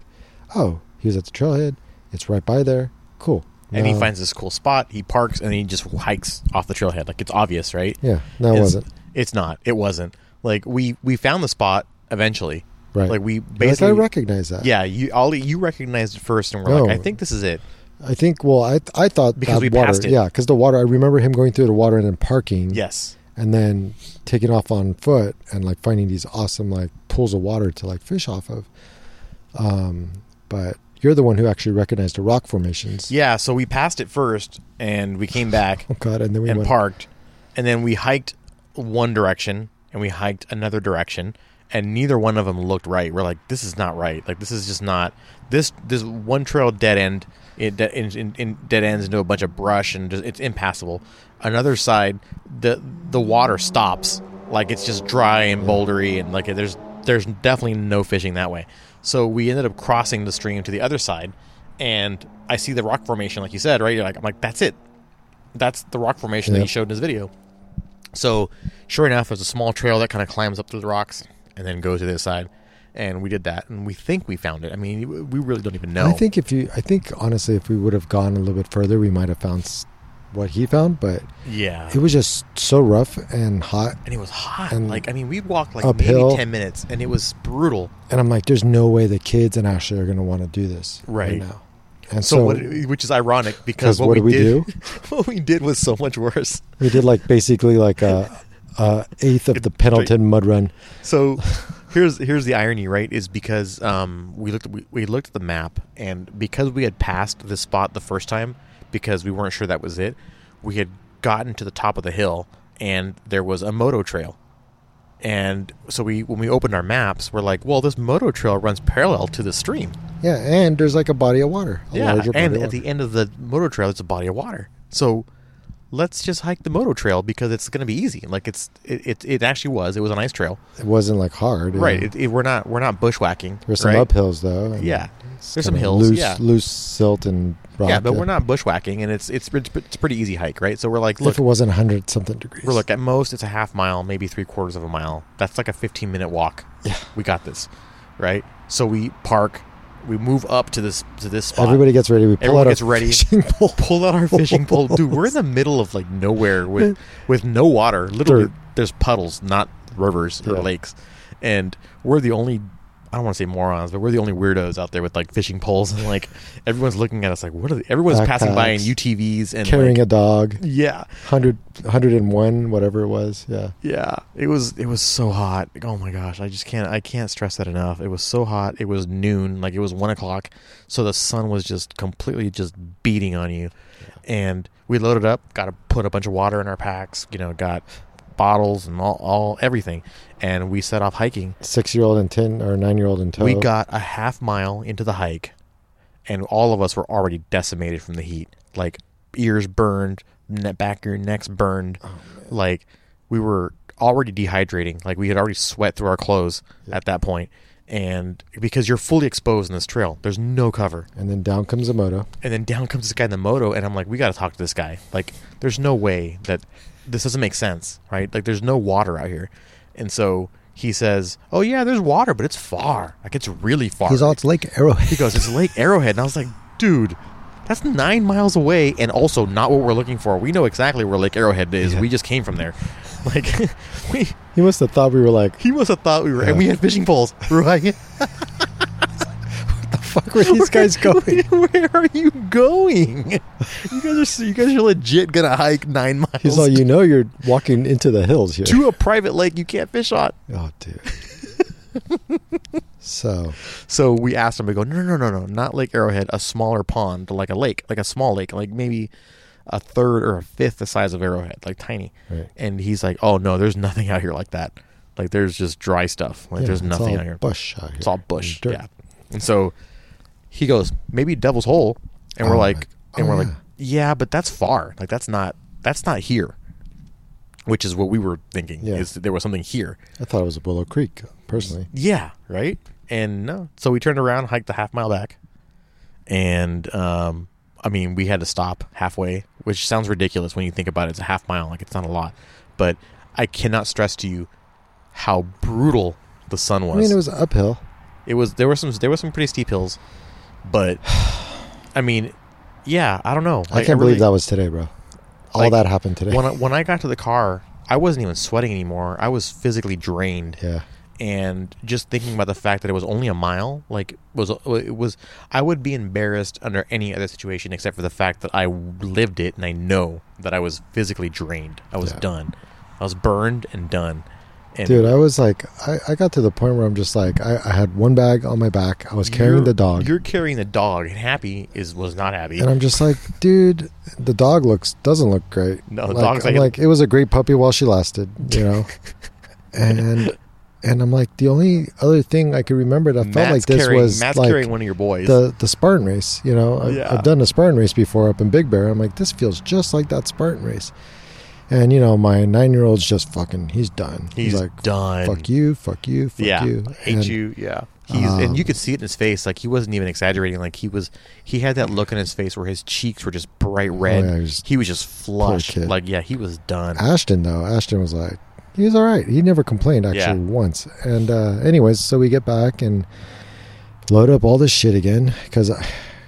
Speaker 1: oh, he was at the trailhead. It's right by there. Cool.
Speaker 2: And he
Speaker 1: No.
Speaker 2: finds this cool spot. He parks and he just hikes off the trailhead. Like it's obvious, right?
Speaker 1: Yeah, no, it
Speaker 2: It's-
Speaker 1: wasn't
Speaker 2: It's not. It wasn't. Like we we found the spot eventually.
Speaker 1: right.
Speaker 2: Like
Speaker 1: Like,
Speaker 2: we basically.
Speaker 1: I recognize that.
Speaker 2: yeah, you Ollie, you recognized it first, and we're
Speaker 1: No.
Speaker 2: like, I think this is it.
Speaker 1: I think. Well, I I thought
Speaker 2: Because
Speaker 1: that
Speaker 2: we
Speaker 1: water.
Speaker 2: passed it.
Speaker 1: Yeah, because the water. I remember him going through the water and then parking.
Speaker 2: Yes.
Speaker 1: and then taking off on foot and like finding these awesome like pools of water to like fish off of. Um, but You're the one who actually recognized the rock formations.
Speaker 2: Yeah, so we passed it first, and we came back
Speaker 1: Oh God! And then we
Speaker 2: and
Speaker 1: went.
Speaker 2: parked, and then we hiked one direction and we hiked another direction, and neither one of them looked right. We're like, this is not right. Like this is just not this. This one trail dead end. It de- in, in, in dead ends into a bunch of brush and just, it's impassable. Another side, the the water stops. Like it's just dry and bouldery, and like there's there's definitely no fishing that way. So we ended up crossing the stream to the other side, and I see the rock formation, like you said, right? You're like, I'm like, that's it that's the rock formation that
Speaker 1: Yep.
Speaker 2: he showed in his video. So, sure enough, there's a small trail that kind of climbs up through the rocks and then goes to the other side. And we did that, and we think we found it. I mean, we really don't even know.
Speaker 1: I think if you, I think honestly, if we would have gone a little bit further, we might have found s- what he found. But
Speaker 2: yeah.
Speaker 1: it was just so rough and hot,
Speaker 2: and it was hot.
Speaker 1: and
Speaker 2: like, I mean, we walked like
Speaker 1: uphill.
Speaker 2: maybe 10 minutes, and it was brutal.
Speaker 1: and I'm like, there's no way the kids and Ashley are going to want to do this right,
Speaker 2: Right.
Speaker 1: now. And
Speaker 2: So,
Speaker 1: so,
Speaker 2: what, which is ironic because
Speaker 1: 'Cause
Speaker 2: what,
Speaker 1: what
Speaker 2: we
Speaker 1: did we
Speaker 2: did, [LAUGHS] what we did was so much worse.
Speaker 1: we did like basically like a, a eighth of the Pendleton mud run.
Speaker 2: So here's here's the irony, right? Is because um, we looked we, we looked at the map, and because we had passed this spot the first time, because we weren't sure that was it, we had gotten to the top of the hill, and there was a moto trail, and so we when we opened our maps, we're like, well, this moto trail runs parallel to the stream,
Speaker 1: Yeah, and there's like a body of water. A
Speaker 2: yeah,
Speaker 1: larger body
Speaker 2: and
Speaker 1: of
Speaker 2: at
Speaker 1: water.
Speaker 2: the end of the moto trail, it's a body of water, so. Let's just hike the moto trail because it's going to be easy. Like it's it, it, it actually was. It was a nice trail.
Speaker 1: it wasn't like hard.
Speaker 2: Right.
Speaker 1: It,
Speaker 2: It, it, we're not we're not bushwhacking.
Speaker 1: there's some
Speaker 2: right?
Speaker 1: uphills though. and
Speaker 2: Yeah.
Speaker 1: it's
Speaker 2: There's some
Speaker 1: kinda
Speaker 2: hills,
Speaker 1: Loose,
Speaker 2: yeah.
Speaker 1: loose silt and rock.
Speaker 2: Yeah, but
Speaker 1: that-
Speaker 2: we're not bushwhacking, and it's it's it's a pretty easy hike, right? So we're like,
Speaker 1: If
Speaker 2: look,
Speaker 1: it wasn't 100 something degrees,
Speaker 2: we're look at most it's a half mile, maybe three quarters of a mile. That's like a 15 minute walk.
Speaker 1: Yeah.
Speaker 2: we got this, right? So we park, we move up to this to this spot.
Speaker 1: Everybody gets ready. We pull
Speaker 2: Everyone
Speaker 1: out
Speaker 2: gets
Speaker 1: our
Speaker 2: ready.
Speaker 1: fishing pole.
Speaker 2: [LAUGHS] pull out our fishing pole, dude. We're
Speaker 1: [LAUGHS]
Speaker 2: in the middle of like nowhere with with no water. Literally,
Speaker 1: Dirt.
Speaker 2: there's puddles, not rivers or
Speaker 1: Yeah.
Speaker 2: lakes, and we're the only. I don't want to say morons, but we're the only weirdos out there with like fishing poles [LAUGHS] and like everyone's looking at us like what are they? everyone's passing by in
Speaker 1: Backpacks.
Speaker 2: UTVs and
Speaker 1: carrying
Speaker 2: like,
Speaker 1: a dog.
Speaker 2: yeah
Speaker 1: 100, 101, whatever it was. Yeah.
Speaker 2: yeah it was it was so hot Like, oh my gosh I just can't I can't stress that enough it was so hot it was noon like it was one o'clock so the sun was just completely just beating on you and we loaded up got to put a bunch of water in our packs you know got bottles and all, all everything and we set off hiking
Speaker 1: Six year old and 10 or nine year old in tow.
Speaker 2: we got a half mile into the hike, and all of us were already decimated from the heat. Like ears burned, ne- back of your necks burned. like we were already dehydrating. Like we had already sweat through our clothes at that point, and because you're fully exposed in this trail, there's no cover.
Speaker 1: And then down comes a moto.
Speaker 2: And then down comes this guy in the moto, and I'm like, we got to talk to this guy. Like, there's no way that this doesn't make sense, right? Like, there's no water out here. And so he says, Oh, yeah, there's water, but it's far. Like, it's really far.
Speaker 1: He's all, it's Lake Arrowhead.
Speaker 2: he goes, It's Lake Arrowhead. And I was like, Dude, that's nine miles away, and also not what we're looking for. We know exactly where Lake Arrowhead is. We just came from there. [LAUGHS] Like, we,
Speaker 1: [LAUGHS] He must have thought we were like, [LAUGHS]
Speaker 2: he must have thought we were, and
Speaker 1: Yeah.
Speaker 2: we had fishing poles.
Speaker 1: [LAUGHS]
Speaker 2: We were like,
Speaker 1: fuck, where are these guys going?
Speaker 2: [LAUGHS] [LAUGHS] Where are you going? You guys are so- you guys are legit gonna hike nine miles
Speaker 1: He's all, you know, you're walking into the hills here.
Speaker 2: [LAUGHS] to a private lake you can't fish on.
Speaker 1: Oh, dude. so,
Speaker 2: So we asked him. We go, no, no, no, no, not Lake Arrowhead, a smaller pond, like a lake, like a small lake, like maybe a third or a fifth the size of Arrowhead, like tiny.
Speaker 1: Right.
Speaker 2: And he's like, oh no, there's nothing out here like that. Like there's just dry stuff. Like
Speaker 1: yeah,
Speaker 2: there's
Speaker 1: it's
Speaker 2: nothing
Speaker 1: all
Speaker 2: out here.
Speaker 1: Bush out here.
Speaker 2: It's all bush.
Speaker 1: and dirt.
Speaker 2: Yeah. And so he goes, maybe Devil's Hole, and we're
Speaker 1: Oh,
Speaker 2: like,
Speaker 1: my-
Speaker 2: and
Speaker 1: oh,
Speaker 2: we're
Speaker 1: yeah.
Speaker 2: like, yeah, but that's far. Like that's not that's not here. Which is what we were thinking.
Speaker 1: Yeah.
Speaker 2: Is that there was something here?
Speaker 1: I thought it was Willow Creek, personally.
Speaker 2: Yeah. Right. And no. So we turned around, hiked the half mile back, and um, I mean, we had to stop halfway, which sounds ridiculous when you think about it. It's a half mile, like it's not a lot, but I cannot stress to you how brutal the sun was.
Speaker 1: I mean, it was uphill.
Speaker 2: It was there were some there were some pretty steep hills, but [SIGHS] I mean, yeah, I don't know.
Speaker 1: I can't believe that was today, bro. All
Speaker 2: Like,
Speaker 1: that happened today. [LAUGHS]
Speaker 2: When I, when I got to the car, I wasn't even sweating anymore. I was physically drained,
Speaker 1: yeah.
Speaker 2: and just thinking about the fact that it was only a mile, like was it was I would be embarrassed under any other situation except for the fact that I lived it and I know that I was physically drained. I was
Speaker 1: Yeah.
Speaker 2: done. I was burned and done, And
Speaker 1: Dude, I was like, I, I got to the point where I'm just like, I, I had one bag on my back. I was carrying
Speaker 2: you're-
Speaker 1: the dog.
Speaker 2: You're carrying the dog, and Happy is was not happy.
Speaker 1: And I'm just like, dude, the dog looks doesn't look great.
Speaker 2: No, the
Speaker 1: like,
Speaker 2: dog's
Speaker 1: I'm
Speaker 2: like a-
Speaker 1: like it was a great puppy while she lasted, you
Speaker 2: [LAUGHS]
Speaker 1: know. and and I'm like, the only other thing I could remember that felt like this
Speaker 2: carrying,
Speaker 1: was
Speaker 2: Matt's
Speaker 1: like
Speaker 2: carrying one of your boys.
Speaker 1: the the Spartan race. You know, I've,
Speaker 2: Yeah.
Speaker 1: I've done a Spartan race before up in Big Bear. I'm like, this feels just like that Spartan race. And you know, my nine year old's just fucking. He's done.
Speaker 2: he's,
Speaker 1: like,
Speaker 2: done.
Speaker 1: fuck you, fuck you, fuck
Speaker 2: yeah,
Speaker 1: you.
Speaker 2: hate
Speaker 1: And- um,
Speaker 2: you. Yeah, he's and you could see it in his face. Like he wasn't even exaggerating. Like he was, he had that look in his face where his cheeks were just bright red.
Speaker 1: Oh, yeah, he was-
Speaker 2: he was just flushed.
Speaker 1: kid.
Speaker 2: Like yeah, he was done.
Speaker 1: Ashton though, Ashton was like, he was all right. He never complained actually
Speaker 2: Yeah.
Speaker 1: once. And uh, anyways, so we get back and load up all this shit again because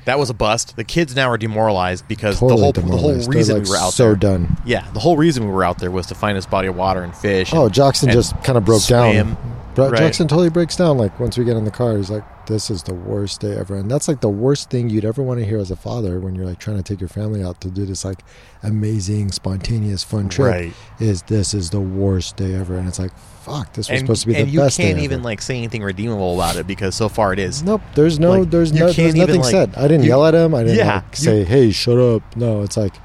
Speaker 2: that was a bust. The kids now are demoralized because
Speaker 1: totally
Speaker 2: the whole the
Speaker 1: demoralized.
Speaker 2: whole
Speaker 1: They're,
Speaker 2: reason
Speaker 1: like,
Speaker 2: we were out
Speaker 1: so
Speaker 2: there.
Speaker 1: done.
Speaker 2: Yeah, the whole reason we were out there was to find this body of water and fish.
Speaker 1: Oh,
Speaker 2: and-
Speaker 1: Jackson
Speaker 2: and
Speaker 1: just kind of broke
Speaker 2: swim.
Speaker 1: down. Bro-
Speaker 2: Right.
Speaker 1: Jackson totally breaks down. Like once we get in the car, he's like, "This is the worst day ever," and that's like the worst thing you'd ever want to hear as a father when you're like trying to take your family out to do this like amazing, spontaneous, fun trip.
Speaker 2: Right.
Speaker 1: Is this is the worst day ever? And it's like, fuck, this was
Speaker 2: and,
Speaker 1: supposed to be the
Speaker 2: and you
Speaker 1: best day.
Speaker 2: can't
Speaker 1: ever.
Speaker 2: even like say anything redeemable about it because so far it is.
Speaker 1: Nope. There's no.
Speaker 2: Like,
Speaker 1: there's
Speaker 2: you
Speaker 1: no. There's
Speaker 2: can't even,
Speaker 1: nothing
Speaker 2: like-
Speaker 1: said. I didn't
Speaker 2: you-
Speaker 1: yell at him. I didn't
Speaker 2: Yeah,
Speaker 1: like,
Speaker 2: you-
Speaker 1: say, "Hey, shut up." No. It's like,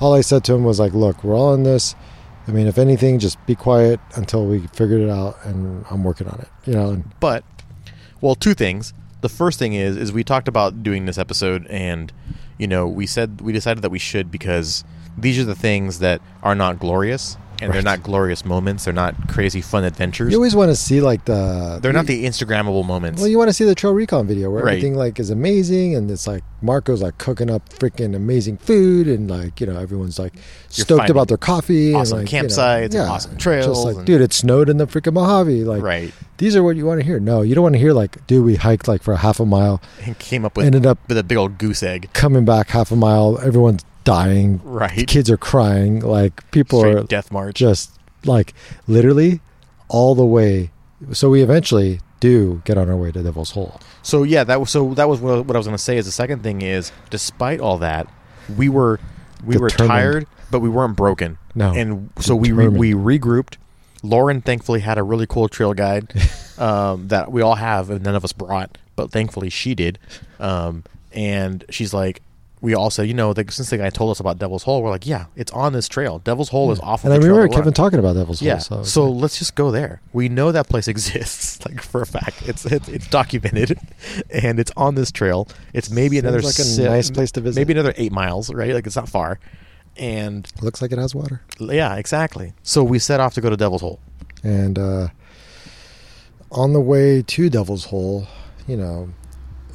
Speaker 1: all I said to him was like, "Look, we're all in this. I mean, if anything, just be quiet until we figured it out, and I'm working on it. You know." And
Speaker 2: But well, two things. The first thing is is we talked about doing this episode and you know, we said we decided that we should because these are the things that are not glorious and they're
Speaker 1: Right.
Speaker 2: not glorious moments, they're not crazy fun adventures.
Speaker 1: you always want to see like the.
Speaker 2: they're not the Instagrammable moments.
Speaker 1: Well, you want to see the trail recon video where
Speaker 2: Right.
Speaker 1: everything like is amazing, and it's like Marco's like cooking up freaking amazing food, and like you know everyone's like
Speaker 2: You're
Speaker 1: stoked
Speaker 2: finding
Speaker 1: about their coffee,
Speaker 2: awesome
Speaker 1: and, like, you know,
Speaker 2: campsites and
Speaker 1: yeah,
Speaker 2: awesome
Speaker 1: Just
Speaker 2: trails
Speaker 1: like,
Speaker 2: and-
Speaker 1: dude, it snowed in the freaking Mojave, like
Speaker 2: right.
Speaker 1: These are what you want to hear. No, you don't want to hear like, dude, we hiked like for a half a mile,
Speaker 2: And came up with
Speaker 1: ended up
Speaker 2: with a big old goose egg.
Speaker 1: coming back half a mile, everyone's dying,
Speaker 2: Right.
Speaker 1: kids are crying, like people
Speaker 2: Straight
Speaker 1: are
Speaker 2: death march.
Speaker 1: just like literally all the way. So we eventually do get on our way to Devil's Hole.
Speaker 2: So yeah, that was so that was what, what I was going to say. Is the second thing is, despite all that, we were we were
Speaker 1: Determined.
Speaker 2: tired, but we weren't broken.
Speaker 1: No.
Speaker 2: and so we re,
Speaker 1: Determined.
Speaker 2: we regrouped. Lauren thankfully had a really cool trail guide
Speaker 1: [LAUGHS]
Speaker 2: um, that we all have, and none of us brought, but thankfully she did. Um, and she's like, we all said, you know, the, since the guy told us about Devil's Hole, we're like, yeah, it's on this trail. Devil's Hole is off. of
Speaker 1: And I
Speaker 2: the trail
Speaker 1: remember
Speaker 2: that we're on.
Speaker 1: Kevin talking about Devil's
Speaker 2: Yeah.
Speaker 1: Hole. So,
Speaker 2: So let's just go there. We know that place [LAUGHS] exists, like for a fact. It's it's, it's documented, [LAUGHS] and it's on this trail. It's maybe
Speaker 1: Seems
Speaker 2: another
Speaker 1: like a
Speaker 2: si-
Speaker 1: nice place to visit.
Speaker 2: Maybe another eight miles, right? Like it's not far. And
Speaker 1: looks like it has water.
Speaker 2: yeah, exactly. So we set off to go to Devil's Hole.
Speaker 1: And uh, on the way to Devil's Hole, you know,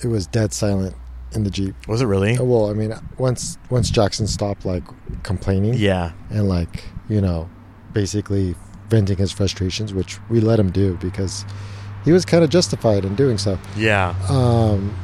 Speaker 1: it was dead silent in the Jeep.
Speaker 2: Was it really?
Speaker 1: Uh, Well, I mean, once once Jackson stopped like complaining
Speaker 2: Yeah.
Speaker 1: and like you know, basically venting his frustrations, which we let him do because he was kind of justified in doing so.
Speaker 2: Yeah.
Speaker 1: Um,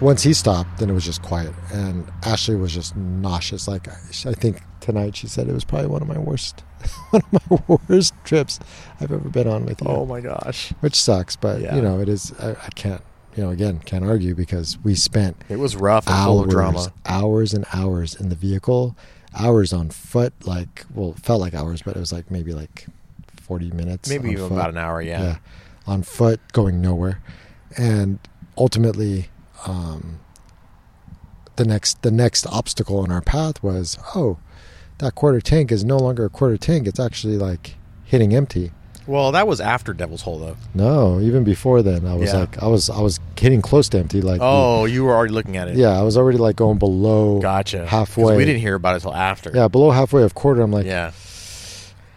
Speaker 1: once he stopped, then it was just quiet, and Ashley was just nauseous. Like I I think tonight she said it was probably one of my worst, [LAUGHS] one of my worst trips I've ever been on with you
Speaker 2: Oh my gosh.
Speaker 1: which sucks. But
Speaker 2: Yeah.
Speaker 1: you know, it is. I, I can't. You know, again, can't argue because we spent
Speaker 2: It was rough and full of
Speaker 1: hours,
Speaker 2: drama.
Speaker 1: hours and hours in the vehicle, hours on foot. Like, well, it felt like hours, but it was like maybe like forty minutes.
Speaker 2: Maybe
Speaker 1: on
Speaker 2: even
Speaker 1: foot.
Speaker 2: about an hour. Yeah.
Speaker 1: on foot, going nowhere, and ultimately, um, the next the next obstacle in our path was oh, that quarter tank is no longer a quarter tank. It's actually like hitting empty.
Speaker 2: Well, that was after Devil's Hole though.
Speaker 1: No, even before then, I was
Speaker 2: Yeah.
Speaker 1: like, I was, I was getting close to empty. Like,
Speaker 2: Oh, you were already looking at it.
Speaker 1: Mm. yeah, I was already like going below
Speaker 2: Gotcha. 'Cause
Speaker 1: halfway.
Speaker 2: We didn't hear about it till after.
Speaker 1: Yeah, below halfway of quarter. I'm like,
Speaker 2: Yeah.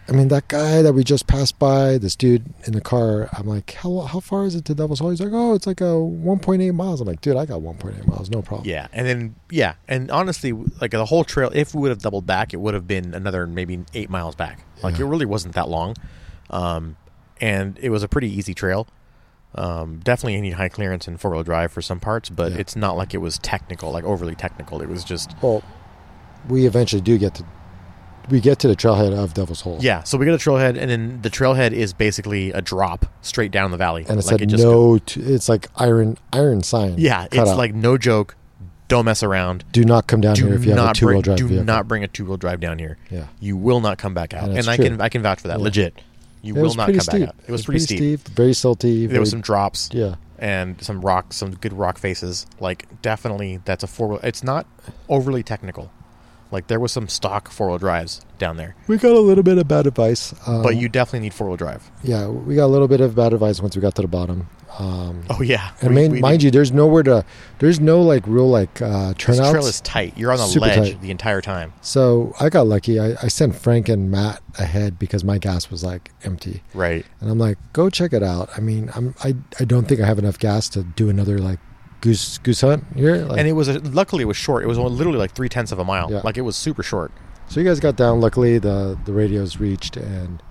Speaker 1: I mean, that guy that we just passed by, this dude in the car. I'm like, how how far is it to Devil's Hole? He's like, oh, it's like a 1.8 miles. I'm like, dude, I got 1.8 miles, no problem.
Speaker 2: Yeah, and then yeah, and honestly, like the whole trail, if we would have doubled back, it would have been another maybe eight miles back. Like
Speaker 1: Yeah.
Speaker 2: it really wasn't that long, um, and it was a pretty easy trail. Um, definitely, you need high clearance and four wheel drive for some parts, but
Speaker 1: Yeah.
Speaker 2: it's not like it was technical, like overly technical. It was just
Speaker 1: Well, we eventually do get to, we get to the trailhead of Devil's Hole.
Speaker 2: yeah. So we got a trailhead, and then the trailhead is basically a drop straight down the valley,
Speaker 1: and it
Speaker 2: like
Speaker 1: said no. To, it's like iron iron sign.
Speaker 2: yeah,
Speaker 1: cut
Speaker 2: it's
Speaker 1: out.
Speaker 2: like no joke. Don't mess around.
Speaker 1: do not come down
Speaker 2: do
Speaker 1: here if you have a
Speaker 2: not
Speaker 1: two wheel
Speaker 2: bring,
Speaker 1: drive
Speaker 2: do
Speaker 1: vehicle.
Speaker 2: not bring a two wheel drive down here.
Speaker 1: yeah.
Speaker 2: you will not come back out.
Speaker 1: And
Speaker 2: And,
Speaker 1: that's
Speaker 2: I
Speaker 1: true.
Speaker 2: can I can vouch for that.
Speaker 1: Yeah.
Speaker 2: Legit. You
Speaker 1: It
Speaker 2: will
Speaker 1: was
Speaker 2: not come
Speaker 1: pretty
Speaker 2: back
Speaker 1: steep.
Speaker 2: up. It was pretty steep.
Speaker 1: Very salty.
Speaker 2: There
Speaker 1: very-
Speaker 2: was some drops
Speaker 1: yeah.
Speaker 2: and some rock, some good rock faces. Like definitely, that's a four wheel. It's not overly technical. Like there was some stock four wheel drives down there,
Speaker 1: We got a little bit of bad advice. Um,
Speaker 2: but you definitely need four wheel drive.
Speaker 1: Yeah, we got a little bit of bad advice once we got to the bottom. Um,
Speaker 2: Oh yeah,
Speaker 1: and main, mind you, there's nowhere to, there's no like real like uh,
Speaker 2: this trail is
Speaker 1: turnouts.
Speaker 2: tight. You're on the
Speaker 1: Super
Speaker 2: ledge
Speaker 1: tight.
Speaker 2: the entire time.
Speaker 1: So I got lucky. I, I sent Frank and Matt ahead because my gas was like empty,
Speaker 2: Right.
Speaker 1: and I'm like, go check it out. I mean, I'm I, I don't think I have enough gas to do another like goose goose hunt here. Like,
Speaker 2: and it was a, luckily it was short. It was only literally like three tenths of a mile.
Speaker 1: Yeah.
Speaker 2: Like it was super short.
Speaker 1: So you guys got down. Luckily, the the radios reached, and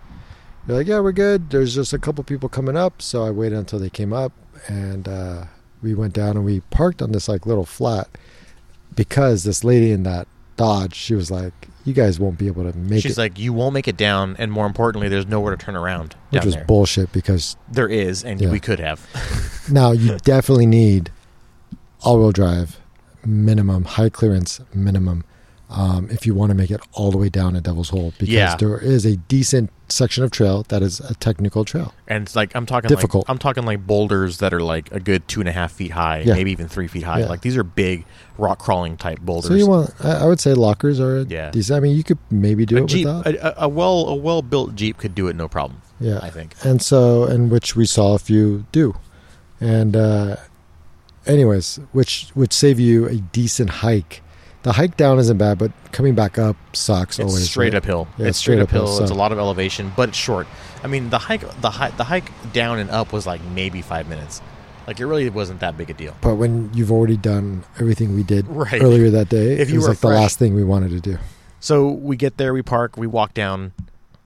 Speaker 1: you're like, "Yeah, we're good." There's just a couple people coming up, so I waited until they came up, and uh, we went down and we parked on this like little flat because this lady in that Dodge, she was like, "You guys won't be able to make
Speaker 2: She's
Speaker 1: it,"
Speaker 2: like, you won't make it down, and more importantly, there's nowhere to turn around
Speaker 1: which
Speaker 2: down
Speaker 1: was
Speaker 2: there.
Speaker 1: bullshit. Because
Speaker 2: there is, and
Speaker 1: Yeah.
Speaker 2: we could have. [LAUGHS]
Speaker 1: now you definitely need all-wheel drive, minimum high clearance, minimum. Um, if you want to make it all the way down at Devil's Hole, because
Speaker 2: Yeah.
Speaker 1: there is a decent section of trail that is a technical trail.
Speaker 2: And it's like I'm talking
Speaker 1: Difficult.
Speaker 2: Like, I'm talking like boulders that are like a good two and a half feet high,
Speaker 1: Yeah.
Speaker 2: maybe even three feet high.
Speaker 1: Yeah.
Speaker 2: Like these are big rock crawling type boulders.
Speaker 1: So you want? I I would say lockers are
Speaker 2: Yeah.
Speaker 1: decent. I mean, you could maybe do
Speaker 2: a
Speaker 1: it
Speaker 2: jeep,
Speaker 1: without.
Speaker 2: a, a, a well a well built jeep could do it no problem.
Speaker 1: yeah,
Speaker 2: I think.
Speaker 1: and so and which we saw a few do, and uh, anyways, which would save you a decent hike. The hike down isn't bad, but coming back up sucks.
Speaker 2: It's
Speaker 1: always
Speaker 2: straight
Speaker 1: right?
Speaker 2: uphill.
Speaker 1: Yeah,
Speaker 2: it's straight, uphill. It's
Speaker 1: so-
Speaker 2: a lot of elevation, but it's short. I mean, the hike, the hike, the hike down and up was like maybe five minutes. Like it really wasn't that big a deal. [LAUGHS]
Speaker 1: But when you've already done everything we did
Speaker 2: Right.
Speaker 1: earlier that day,
Speaker 2: If
Speaker 1: it
Speaker 2: you
Speaker 1: was
Speaker 2: were
Speaker 1: like the
Speaker 2: fresh-
Speaker 1: last thing we wanted to do.
Speaker 2: So we get there, we park, we walk down,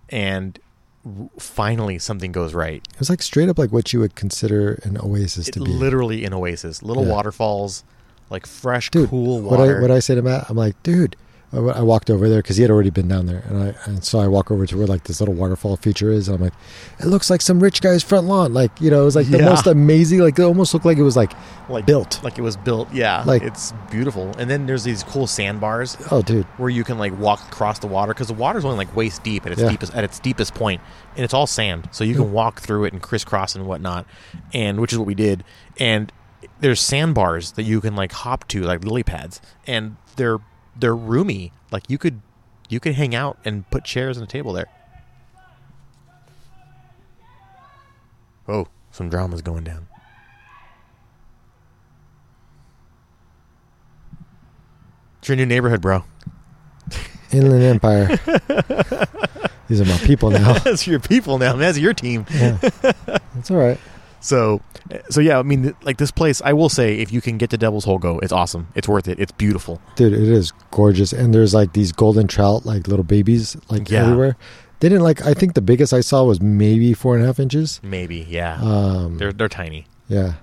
Speaker 2: and w- finally something goes right.
Speaker 1: It was like straight up like what you would consider an oasis
Speaker 2: It
Speaker 1: to be.
Speaker 2: literally an oasis, little
Speaker 1: Yeah.
Speaker 2: waterfalls, like fresh,
Speaker 1: Dude,
Speaker 2: cool
Speaker 1: what I
Speaker 2: water.
Speaker 1: what I say to Matt, I'm like, dude. I wa- I walked over there because he had already been down there, and I and so I walk over to where like this little waterfall feature is, and I'm like, it looks like some rich guy's front lawn, like you know, it was like the
Speaker 2: Yeah.
Speaker 1: most amazing, like it almost looked like it was like
Speaker 2: like
Speaker 1: built.
Speaker 2: like it was built. Yeah,
Speaker 1: Like-
Speaker 2: like it's beautiful. And then there's these cool sandbars
Speaker 1: Oh, dude,
Speaker 2: where you can like walk across the water because the water's only like waist deep at its
Speaker 1: Yeah.
Speaker 2: deepest at its deepest point, and it's all sand. So you
Speaker 1: Mm.
Speaker 2: can walk through it and crisscross and whatnot, and which is what we did. And there's sandbars that you can like hop to, like lily pads, and they're they're roomy. Like you could you could hang out and put chairs and a table there. Oh, some drama's going down. It's your new neighborhood, bro.
Speaker 1: Inland
Speaker 2: [LAUGHS]
Speaker 1: Empire. These are my people now.
Speaker 2: that's your people now. That's your team.
Speaker 1: Yeah, it's all right.
Speaker 2: So, so yeah. I mean, th- like this place. I will say, if you can get to Devil's Hole, go. It's awesome. It's worth it. It's beautiful.
Speaker 1: dude it is gorgeous and there's like these golden trout like little babies like
Speaker 2: Yeah.
Speaker 1: everywhere they didn't like i think the biggest i saw was maybe four and a half inches
Speaker 2: Maybe, yeah.
Speaker 1: um
Speaker 2: they're they're tiny.
Speaker 1: yeah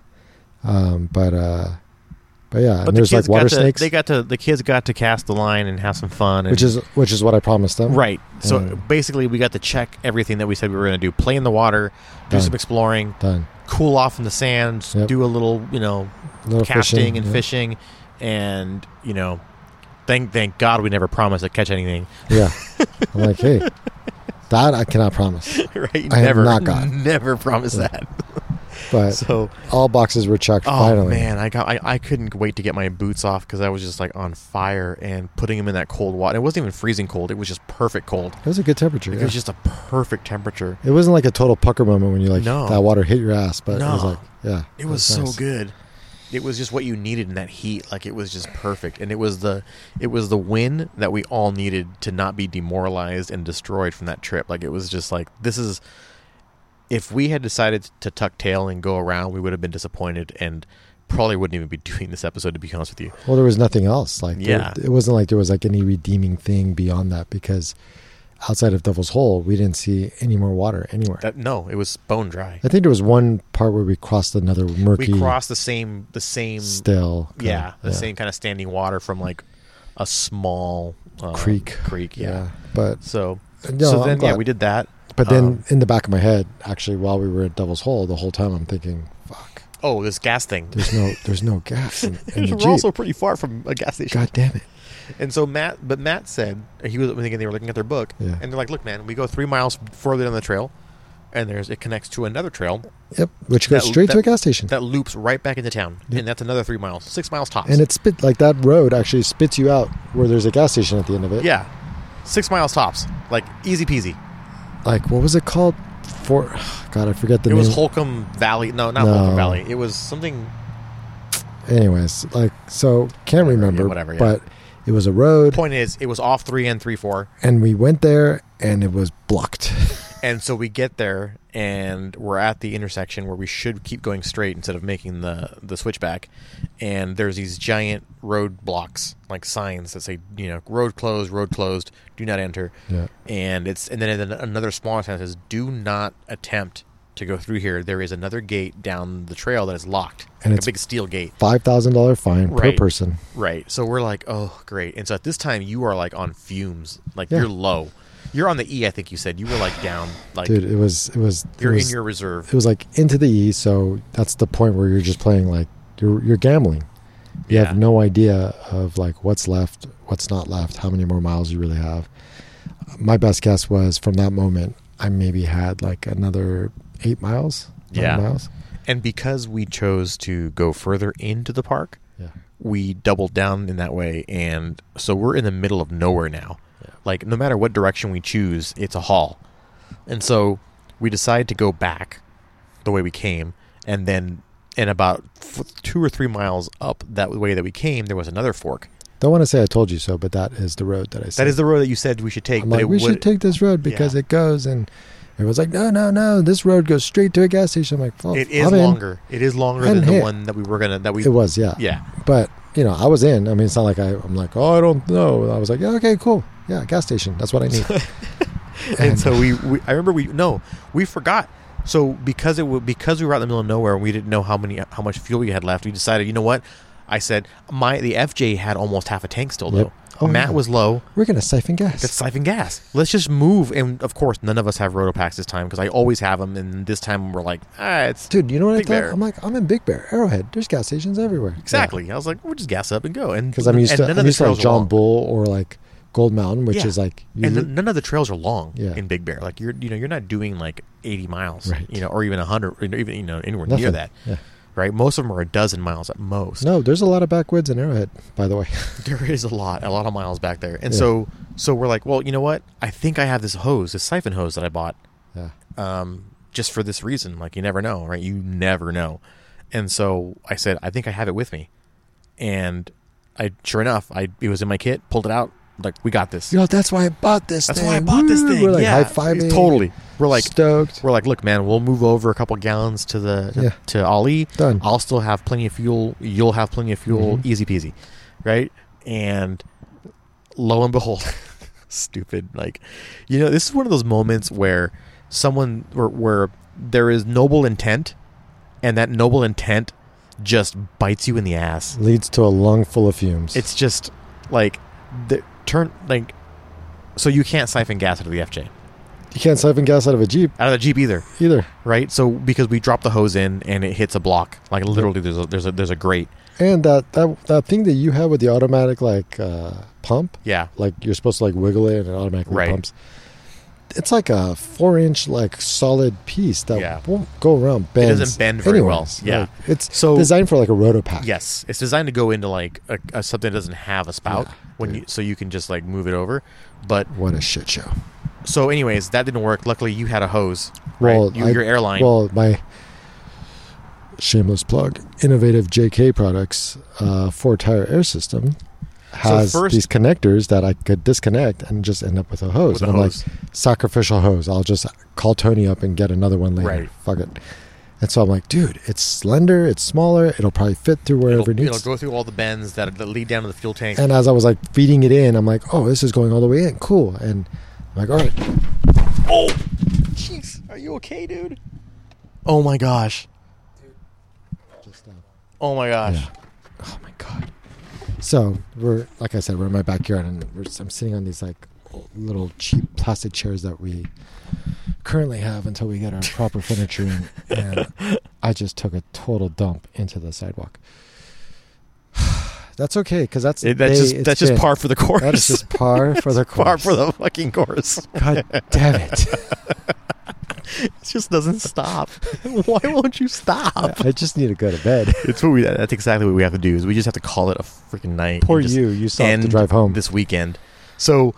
Speaker 1: um but uh but yeah
Speaker 2: But
Speaker 1: and there's like
Speaker 2: kids
Speaker 1: water
Speaker 2: got to,
Speaker 1: snakes
Speaker 2: They got to the kids got to cast the line and have some fun. And,
Speaker 1: which is which is what i promised them
Speaker 2: right. So
Speaker 1: Yeah.
Speaker 2: basically, we got to check everything that we said we were going to do: play in the water, do
Speaker 1: Done.
Speaker 2: some exploring,
Speaker 1: done
Speaker 2: cool off in the sand,
Speaker 1: Yep.
Speaker 2: do a little, you know,
Speaker 1: Little
Speaker 2: casting
Speaker 1: fishing,
Speaker 2: and
Speaker 1: yeah.
Speaker 2: fishing, and you know, thank thank God we never promised to catch anything. [LAUGHS]
Speaker 1: yeah i'm like hey that i cannot promise
Speaker 2: right?
Speaker 1: I have
Speaker 2: never,
Speaker 1: not gotten.
Speaker 2: [LAUGHS] never promise
Speaker 1: Yeah.
Speaker 2: that.
Speaker 1: but
Speaker 2: So,
Speaker 1: all boxes were checked
Speaker 2: oh
Speaker 1: finally
Speaker 2: man, I got, I, I couldn't wait to get my boots off because I was just like on fire and putting them in that cold water. It wasn't even freezing cold; it was just perfect cold.
Speaker 1: it was a good temperature
Speaker 2: Like, It
Speaker 1: yeah.
Speaker 2: was just a perfect temperature.
Speaker 1: it wasn't like a total pucker moment when you like
Speaker 2: No.
Speaker 1: that water hit your ass but it was
Speaker 2: No.
Speaker 1: like yeah
Speaker 2: It was so
Speaker 1: nice.
Speaker 2: good. It was just what you needed in that heat. Like it was just perfect, and it was the it was the win that we all needed to not be demoralized and destroyed from that trip. Like it was just like this is. If we had decided to tuck tail and go around, we would have been disappointed and probably wouldn't even be [LAUGHS] doing this episode. To be honest with you,
Speaker 1: Well, there was nothing else. Like, there-
Speaker 2: Yeah.
Speaker 1: it wasn't like there was like any redeeming thing beyond that because outside of Devil's Hole, we didn't see any more water anywhere.
Speaker 2: that no, it was bone dry.
Speaker 1: I think there was one part where we crossed another
Speaker 2: We
Speaker 1: murky
Speaker 2: crossed the same the same
Speaker 1: still. kinda-
Speaker 2: yeah the same kind of standing water from like a small uh,
Speaker 1: Creek.
Speaker 2: creek yeah.
Speaker 1: But
Speaker 2: So
Speaker 1: no,
Speaker 2: so
Speaker 1: I'm
Speaker 2: then yeah
Speaker 1: glad.
Speaker 2: we did that.
Speaker 1: but then
Speaker 2: um,
Speaker 1: in the back of my head, actually, while we were at Devil's Hole, the whole time I'm thinking, "Fuck,
Speaker 2: Oh, this gas thing.
Speaker 1: there's
Speaker 2: [LAUGHS]
Speaker 1: no, there's no gas in, in the
Speaker 2: We're
Speaker 1: jeep.
Speaker 2: also pretty far from a gas station.
Speaker 1: God damn it!
Speaker 2: And so Matt, but Matt said he was thinking they were looking at their book,
Speaker 1: Yeah.
Speaker 2: and they're like, "Look, man, we go three miles further down the trail. and there's it connects to another trail
Speaker 1: Yep, which goes
Speaker 2: That-
Speaker 1: straight to
Speaker 2: that-
Speaker 1: a gas station.
Speaker 2: that loops right back into town,
Speaker 1: Yep.
Speaker 2: and that's another three miles, six miles tops.
Speaker 1: and it spit like that road actually spits you out where there's a gas station at the end of it.
Speaker 2: yeah, six miles tops, like easy peasy.
Speaker 1: Like what was it called? For [SIGHS] God, I forget the
Speaker 2: It
Speaker 1: name.
Speaker 2: was Holcomb Valley. No, not
Speaker 1: No.
Speaker 2: Holcomb Valley. It was something.
Speaker 1: Anyways, like so can't
Speaker 2: Whatever, yeah,
Speaker 1: remember.
Speaker 2: whatever, yeah.
Speaker 1: But it was a road,
Speaker 2: Point is, it was off three and three four,
Speaker 1: and we went there, and it was blocked. [LAUGHS]
Speaker 2: and so we get there and we're at the intersection where we should keep going straight instead of making the the switchback, and there's these giant roadblocks like signs that say you know road closed, road closed, do not enter.
Speaker 1: yeah.
Speaker 2: and it's and then an- another smaller sign says do not attempt to go through here there is another gate down the trail that is locked
Speaker 1: And
Speaker 2: like
Speaker 1: it's-
Speaker 2: a big steel gate
Speaker 1: Five thousand dollar fine per
Speaker 2: Right.
Speaker 1: person.
Speaker 2: right so we're like oh great and so at this time you are like on fumes like
Speaker 1: Yeah.
Speaker 2: you're low you're on the e i think you said you were like down like
Speaker 1: Dude, it was it was it
Speaker 2: you're
Speaker 1: was,
Speaker 2: in your reserve
Speaker 1: it was like into the E, so that's the point where you're just playing like you're you're gambling. You
Speaker 2: Yeah.
Speaker 1: have no idea of like what's left, what's not left, how many more miles you really have. My best guess was from that moment I maybe had like another eight miles. nine
Speaker 2: Yeah.
Speaker 1: miles.
Speaker 2: and because we chose to go further into the park
Speaker 1: Yeah.
Speaker 2: we doubled down in that way and so we're in the middle of nowhere now
Speaker 1: Yeah.
Speaker 2: like no matter what direction we choose it's a haul and so we decide to go back the way we came and then in about f- two or three miles up that way that we came there was another fork
Speaker 1: Don't want to say I told you so, but that is the road that I said.
Speaker 2: that is the road that you said we should take
Speaker 1: I'm
Speaker 2: but
Speaker 1: like,
Speaker 2: it
Speaker 1: we
Speaker 2: would
Speaker 1: should take this road because
Speaker 2: Yeah.
Speaker 1: it goes and everyone's like, No, no, no, this road goes straight to a gas station. I'm like, well,
Speaker 2: it is
Speaker 1: I'm in.
Speaker 2: longer it is longer
Speaker 1: I'm
Speaker 2: than the
Speaker 1: here.
Speaker 2: one that we were gonna that we
Speaker 1: It was, yeah.
Speaker 2: yeah
Speaker 1: but you know, I was in. I mean, it's not like I, I'm like, oh, I don't know. I was like, yeah, okay, cool, yeah, gas station. That's what I
Speaker 2: [LAUGHS]
Speaker 1: need.
Speaker 2: and so we, we i remember we no we forgot so because it wa- because we were out in the middle of nowhere and we didn't know how many how much fuel we had left we decided you know what i said my the fj had almost half a tank still though
Speaker 1: Yep. Oh,
Speaker 2: matt
Speaker 1: yeah.
Speaker 2: was low
Speaker 1: we're gonna siphon
Speaker 2: that's
Speaker 1: gas.
Speaker 2: siphon gas let's just move and of course none of us have rotopacks this time because i always have them and this time we're like ah it's
Speaker 1: Dude, you know what I
Speaker 2: Big
Speaker 1: thought?
Speaker 2: Bear.
Speaker 1: I'm like, I'm in Big Bear, Arrowhead. There's gas stations everywhere.
Speaker 2: exactly i was like we'll just gas up and go and
Speaker 1: Because I'm used
Speaker 2: and
Speaker 1: to,
Speaker 2: none
Speaker 1: I'm
Speaker 2: of the
Speaker 1: used to like
Speaker 2: trails are
Speaker 1: John
Speaker 2: long.
Speaker 1: Bull or like Gold Mountain, which
Speaker 2: Yeah.
Speaker 1: is like, you,
Speaker 2: and then none of the trails are long
Speaker 1: Yeah.
Speaker 2: in Big Bear. Like you're, you know, you're not doing like 80 miles,
Speaker 1: Right.
Speaker 2: you know, or even 100, or even you know, anywhere near
Speaker 1: Nothing.
Speaker 2: that.
Speaker 1: Yeah.
Speaker 2: right? Most of them are a dozen miles at most.
Speaker 1: no, there's a lot of backwoods in Arrowhead, by the way.
Speaker 2: [LAUGHS]
Speaker 1: [LAUGHS]
Speaker 2: There is a lot, a lot of miles back there. And
Speaker 1: Yeah.
Speaker 2: so, so we're like, well, you know what? I think I have this hose, this siphon hose that I bought,
Speaker 1: yeah,
Speaker 2: um, just for this reason. Like you never know, right? You never know. And so I said, I think I have it with me. And I, sure enough, I it was in my kit, pulled it out. Like we got this.
Speaker 1: you know, that's why I bought this.
Speaker 2: That's
Speaker 1: thing.
Speaker 2: why I bought this
Speaker 1: Woo!
Speaker 2: thing.
Speaker 1: We're like
Speaker 2: yeah,
Speaker 1: high fiving,
Speaker 2: totally. We're like,
Speaker 1: stoked.
Speaker 2: we're like, look, man, we'll move over a couple gallons to the
Speaker 1: Yeah.
Speaker 2: to Ali.
Speaker 1: Done.
Speaker 2: I'll still have plenty of fuel. You'll have plenty of fuel.
Speaker 1: Mhm.
Speaker 2: Easy peasy, right? And lo and behold, [LAUGHS] stupid. Like, you know, this is one of those moments where someone where, where there is noble intent, and that noble intent just bites you in the ass.
Speaker 1: Leads to a lung full of fumes.
Speaker 2: It's just like the turn like. So you can't siphon gas out of the FJ,
Speaker 1: you can't siphon gas out of a Jeep
Speaker 2: out of the Jeep either.
Speaker 1: either.
Speaker 2: right? So because we drop the hose in and it hits a block, like literally, there's a there's a there's a grate.
Speaker 1: And that, that that thing that you had with the automatic like uh, pump,
Speaker 2: Yeah,
Speaker 1: like you're supposed to like wiggle it and it automatically
Speaker 2: Right.
Speaker 1: pumps. It's like a four inch like solid piece that
Speaker 2: Yeah.
Speaker 1: won't go around. Bends
Speaker 2: doesn't bend very well.
Speaker 1: anyways.
Speaker 2: Yeah.
Speaker 1: Like, it's
Speaker 2: So-
Speaker 1: designed for like a rotopack.
Speaker 2: yes, it's designed to go into like a, a something that doesn't have a spout
Speaker 1: Yeah,
Speaker 2: when
Speaker 1: dude.
Speaker 2: you so you can just like move it over. But
Speaker 1: What a shit show.
Speaker 2: so, anyways, that didn't work. Luckily, you had a hose, right?
Speaker 1: Well,
Speaker 2: you,
Speaker 1: I-
Speaker 2: your airline.
Speaker 1: Well, my shameless plug, innovative JK products uh, four tire air system has
Speaker 2: first-
Speaker 1: these connectors that I could disconnect and just end up with a hose.
Speaker 2: With a
Speaker 1: and I'm
Speaker 2: hose.
Speaker 1: like, sacrificial hose. I'll just call Tony up and get another one later.
Speaker 2: Right.
Speaker 1: Fuck it. And so I'm like, dude, it's slender, it's smaller, it'll probably fit through
Speaker 2: it'll,
Speaker 1: wherever it
Speaker 2: it'll
Speaker 1: needs.
Speaker 2: go through all the bends that, that lead down to the fuel tank.
Speaker 1: and as I was like feeding it in, I'm like, oh, this is going all the way in. Cool. And I'm like, all right,
Speaker 2: oh, jeez, are you okay, dude? Oh my gosh!
Speaker 1: just uh,
Speaker 2: Oh my gosh!
Speaker 1: Yeah. Oh my god. So we're like I said, we're in my backyard, and we're, I'm sitting on these like little cheap plastic chairs that we currently have until we get our proper furniture in. And I just took a total dump into the sidewalk. [SIGHS] That's okay, because that's
Speaker 2: It- that's
Speaker 1: they-
Speaker 2: just
Speaker 1: it's
Speaker 2: that's just
Speaker 1: been-
Speaker 2: par for the course.
Speaker 1: That is
Speaker 2: [LAUGHS]
Speaker 1: just par for the course. [LAUGHS]
Speaker 2: [LAUGHS] par for the fucking course.
Speaker 1: God damn it!
Speaker 2: It just doesn't stop. [LAUGHS] Why won't you stop?
Speaker 1: I just need to go to bed.
Speaker 2: It's what we. That's exactly what we have to do. Is we just have to call it a freaking night. and
Speaker 1: Poor
Speaker 2: just
Speaker 1: you. You still have to
Speaker 2: end
Speaker 1: drive home.
Speaker 2: this weekend. So,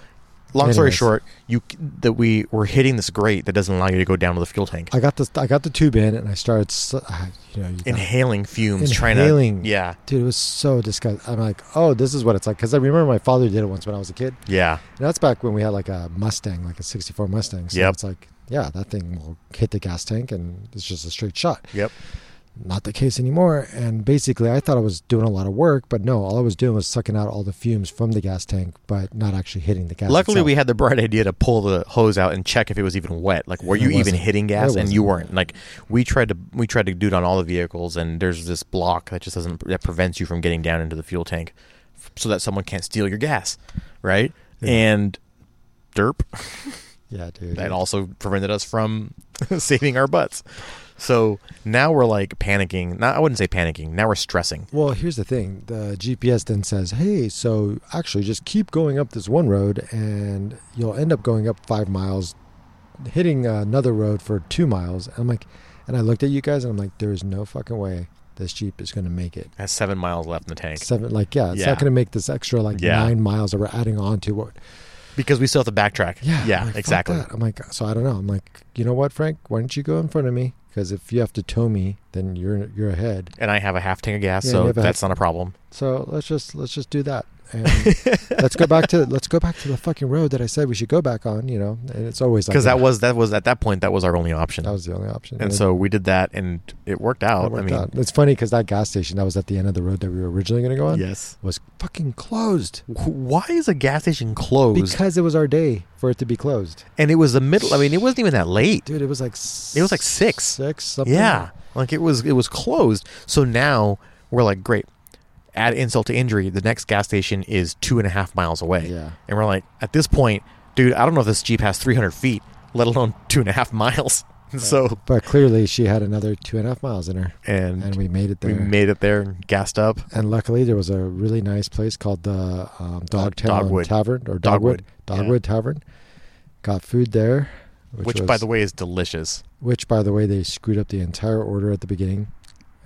Speaker 2: long story
Speaker 1: Anyways.
Speaker 2: short, you that we were hitting this grate that doesn't allow you to go down to the fuel tank,
Speaker 1: I got the I got the tube in and I started. s- I- You know, you got-
Speaker 2: inhaling fumes, trying
Speaker 1: Inhaling.
Speaker 2: to yeah,
Speaker 1: dude, it was so disgusting. I'm like, oh, this is what it's like because I remember my father did it once when I was a kid.
Speaker 2: yeah,
Speaker 1: And that's back when we had like a Mustang, like a '64 Mustang. So
Speaker 2: Yep.
Speaker 1: it's like, yeah, that thing will hit the gas tank and it's just a straight shot.
Speaker 2: yep,
Speaker 1: Not the case anymore. And basically, I thought I was doing a lot of work, but no, all I was doing was sucking out all the fumes from the gas tank, but not actually hitting the gas.
Speaker 2: Luckily,
Speaker 1: itself.
Speaker 2: we had the bright idea to pull the hose out and check if it was even wet. Like, were
Speaker 1: It
Speaker 2: you even
Speaker 1: wasn't.
Speaker 2: hitting
Speaker 1: It
Speaker 2: gas? And
Speaker 1: wasn't.
Speaker 2: you weren't. Like, we tried to we tried to do it on all the vehicles, and there's this block that just doesn't that prevents you from getting down into the fuel tank, f- so that someone can't steal your gas, right?
Speaker 1: Yeah.
Speaker 2: And derp
Speaker 1: yeah, dude.
Speaker 2: that also prevented us from [LAUGHS] saving our butts. So now we're like panicking. Not I wouldn't say panicking. Now we're stressing.
Speaker 1: Well, here's the thing. The GPS then says, hey, so actually just keep going up this one road and you'll end up going up five miles, hitting another road for two miles. And I'm like, and I looked at you guys and I'm like, there is no fucking way this Jeep is going to make it.
Speaker 2: It Has seven miles left in the tank
Speaker 1: Seven, like, yeah, it's
Speaker 2: Yeah.
Speaker 1: not going to make this extra like
Speaker 2: Yeah.
Speaker 1: nine miles that we're adding on to what.
Speaker 2: because we still have to backtrack.
Speaker 1: Yeah.
Speaker 2: yeah,
Speaker 1: I'm like, "Fuck
Speaker 2: exactly.
Speaker 1: that." I'm like, so I don't know. I'm like, you know what, Frank, why don't you go in front of me? Because if you have to tow me, then you're, you're ahead.
Speaker 2: And I have a half tank of gas,
Speaker 1: Yeah, you
Speaker 2: so
Speaker 1: have a half-
Speaker 2: that's not a problem.
Speaker 1: So let's just let's just do that. And
Speaker 2: [LAUGHS]
Speaker 1: let's go back to let's go back to the fucking road that I said we should go back on. You know, and it's always like
Speaker 2: because that was that was at that point that was our only option,
Speaker 1: that was the only option.
Speaker 2: and
Speaker 1: it-
Speaker 2: so we did that, and it worked
Speaker 1: it
Speaker 2: out. I
Speaker 1: worked
Speaker 2: mean,
Speaker 1: out. it's funny because that gas station that was at the end of the road that we were originally going to go on
Speaker 2: yes.
Speaker 1: was fucking closed
Speaker 2: Wh- Why is a gas station closed?
Speaker 1: because it was our day for it to be closed,
Speaker 2: and it was the middle. I mean, it wasn't even that late.
Speaker 1: dude. It was like s-
Speaker 2: It was like six.
Speaker 1: six, something.
Speaker 2: Yeah, like it was it was closed. So now we're like, great. Add insult to injury. The next gas station is two and a half miles away,
Speaker 1: yeah.
Speaker 2: and we're like, at this point, dude, I don't know if this jeep has three hundred feet, let alone two and a half [LAUGHS] miles. So
Speaker 1: But clearly, she had another two and a half miles in her,
Speaker 2: and,
Speaker 1: and we made it
Speaker 2: we
Speaker 1: there.
Speaker 2: made it there, gassed up.
Speaker 1: and luckily, there was a really nice place called the um, Dogtown
Speaker 2: Uh, Dogwood.
Speaker 1: Tavern or
Speaker 2: Dogwood,
Speaker 1: Dogwood
Speaker 2: yeah.
Speaker 1: Dogwood Tavern. Got food there, which,
Speaker 2: Which,
Speaker 1: was,
Speaker 2: by the way, is delicious.
Speaker 1: which by the way they screwed up the entire order at the beginning,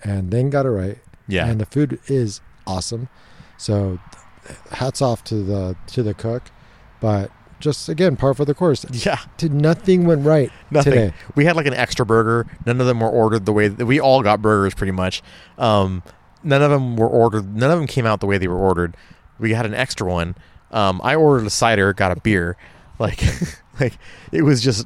Speaker 1: and then got it right.
Speaker 2: Yeah.
Speaker 1: and the food is awesome. So, hats off to the to the cook, but just again par for the course.
Speaker 2: yeah.
Speaker 1: Did nothing went right
Speaker 2: [LAUGHS] Nothing.
Speaker 1: today.
Speaker 2: We had like an extra burger. None of them were ordered the way we all got burgers pretty much. Um, none of them were ordered. None of them came out the way they were ordered. We had an extra one. Um, I ordered a cider, got a beer. [LAUGHS] Like, like it was just.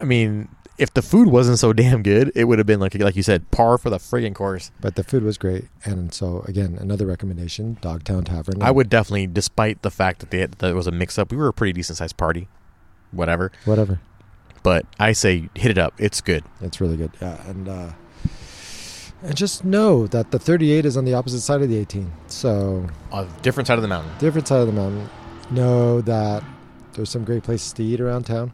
Speaker 2: I mean, if the food wasn't so damn good, it would have been like like you said, par for the friggin' course.
Speaker 1: But the food was great, and so again another recommendation: Dogtown Tavern.
Speaker 2: I would definitely, despite the fact that they had, that it was a mix up, we were a pretty decent sized party, whatever.
Speaker 1: whatever.
Speaker 2: But I say hit it up. It's good.
Speaker 1: It's really good. Yeah, and uh, and just know that the 38 is on the opposite side of the 18. So
Speaker 2: A different side of the mountain.
Speaker 1: different side of the mountain. Know that there's some great places to eat around town.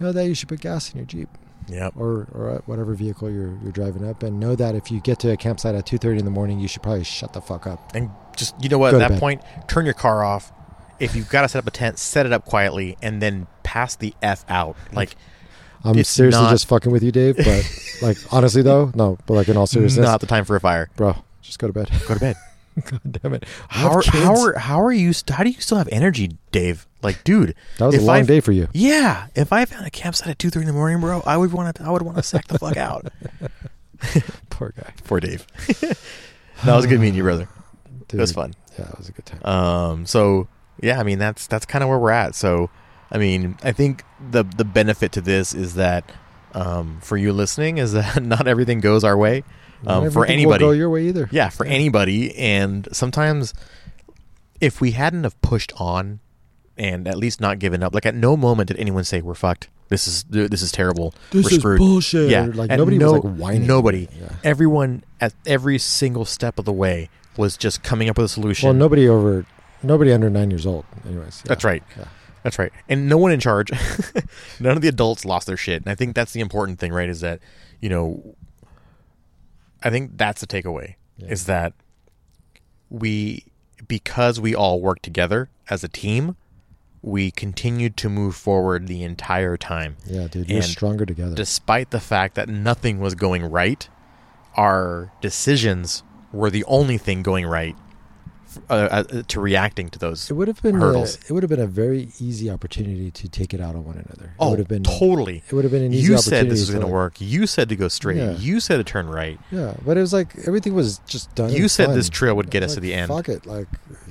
Speaker 1: Know that you should put gas in your jeep
Speaker 2: Yep.
Speaker 1: or or whatever vehicle you're you're driving up, and know that if you get to a campsite at 2:30 in the morning, you should probably shut the fuck up.
Speaker 2: and just you know what
Speaker 1: Go
Speaker 2: at
Speaker 1: to
Speaker 2: that
Speaker 1: bed.
Speaker 2: point turn your car off if you've got to set up a tent set it up quietly and then pass the f out like
Speaker 1: I'm
Speaker 2: It's
Speaker 1: seriously
Speaker 2: not-
Speaker 1: just fucking with you, Dave.
Speaker 2: [LAUGHS]
Speaker 1: But like honestly though, no. But like in all seriousness,
Speaker 2: not the time for a fire
Speaker 1: bro, just go to bed. [LAUGHS]
Speaker 2: go to bed
Speaker 1: God damn it. I have
Speaker 2: how are, how
Speaker 1: kids.
Speaker 2: are how are you st- how do you still have energy dave like dude
Speaker 1: that was a
Speaker 2: if
Speaker 1: long
Speaker 2: I've-
Speaker 1: day for you.
Speaker 2: yeah if i found a campsite at 2 3 in the morning bro i would want to i would want to sack the fuck out
Speaker 1: [LAUGHS] Poor guy.
Speaker 2: [LAUGHS] poor dave [LAUGHS] that was good meeting you brother it was
Speaker 1: Dude,
Speaker 2: fun
Speaker 1: Yeah, it was a good time.
Speaker 2: Um, so yeah, I mean that's that's kind of where we're at. So I mean, I think the the benefit to this is that um, for you listening is that [LAUGHS] not everything goes our way. Um,
Speaker 1: Not everything will
Speaker 2: for anybody,
Speaker 1: go your way either.
Speaker 2: yeah, for
Speaker 1: Yeah.
Speaker 2: anybody, and sometimes if we hadn't have pushed on and at least not given up, like at no moment did anyone say we're fucked. This is this is terrible.
Speaker 1: This
Speaker 2: we're
Speaker 1: is
Speaker 2: screwed.
Speaker 1: bullshit.
Speaker 2: Yeah,
Speaker 1: Like
Speaker 2: and
Speaker 1: nobody
Speaker 2: no-
Speaker 1: was like whining.
Speaker 2: Nobody.
Speaker 1: Yeah.
Speaker 2: Everyone at every single step of the way was just coming up with a solution.
Speaker 1: Well, nobody over, nobody under nine years old. Anyways, yeah.
Speaker 2: That's right.
Speaker 1: Yeah.
Speaker 2: That's right. And no one in charge. [LAUGHS] None of the adults lost their shit. And I think that's the important thing, right? Is that, you know, I think that's the takeaway
Speaker 1: Yeah.
Speaker 2: is that we, because we all work together as a team, we continued to move forward the entire time.
Speaker 1: Yeah, dude, we're
Speaker 2: And
Speaker 1: stronger together.
Speaker 2: Despite the fact that nothing was going right, our decisions were the only thing going right uh, uh, to reacting to those.
Speaker 1: it would have been a,
Speaker 2: hurdles.
Speaker 1: it would have been a very easy opportunity to take it out on one another. it
Speaker 2: oh,
Speaker 1: would have been
Speaker 2: totally.
Speaker 1: it would have been an easy
Speaker 2: You
Speaker 1: opportunity
Speaker 2: said this was
Speaker 1: to,
Speaker 2: going to
Speaker 1: like-
Speaker 2: work. You said to go straight.
Speaker 1: Yeah.
Speaker 2: You said to turn right.
Speaker 1: Yeah, but it was like everything was just done.
Speaker 2: You
Speaker 1: and
Speaker 2: said this
Speaker 1: fun.
Speaker 2: trail would get us
Speaker 1: Like,
Speaker 2: to the end.
Speaker 1: Fuck it, like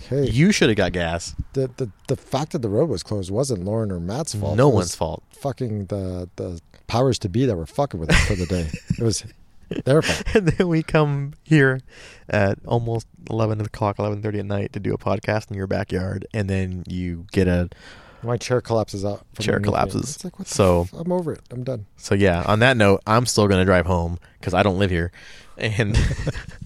Speaker 1: hey,
Speaker 2: You should have got gas.
Speaker 1: the, the the fact that the road was closed wasn't Lauren or Matt's fault.
Speaker 2: no
Speaker 1: It was
Speaker 2: one's fault. [LAUGHS]
Speaker 1: Fucking the the powers to be that were fucking with us for the
Speaker 2: [LAUGHS]
Speaker 1: day. It was their fault.
Speaker 2: and then we come here at almost 11 o'clock 11.30 at night to do a podcast in your backyard and then you get a
Speaker 1: My chair collapses out. from
Speaker 2: Chair
Speaker 1: underneath me.
Speaker 2: collapses.
Speaker 1: It's like what? The
Speaker 2: so
Speaker 1: f- I'm over it. I'm done.
Speaker 2: so yeah on that note i'm still going to drive home because i don't live here and [LAUGHS]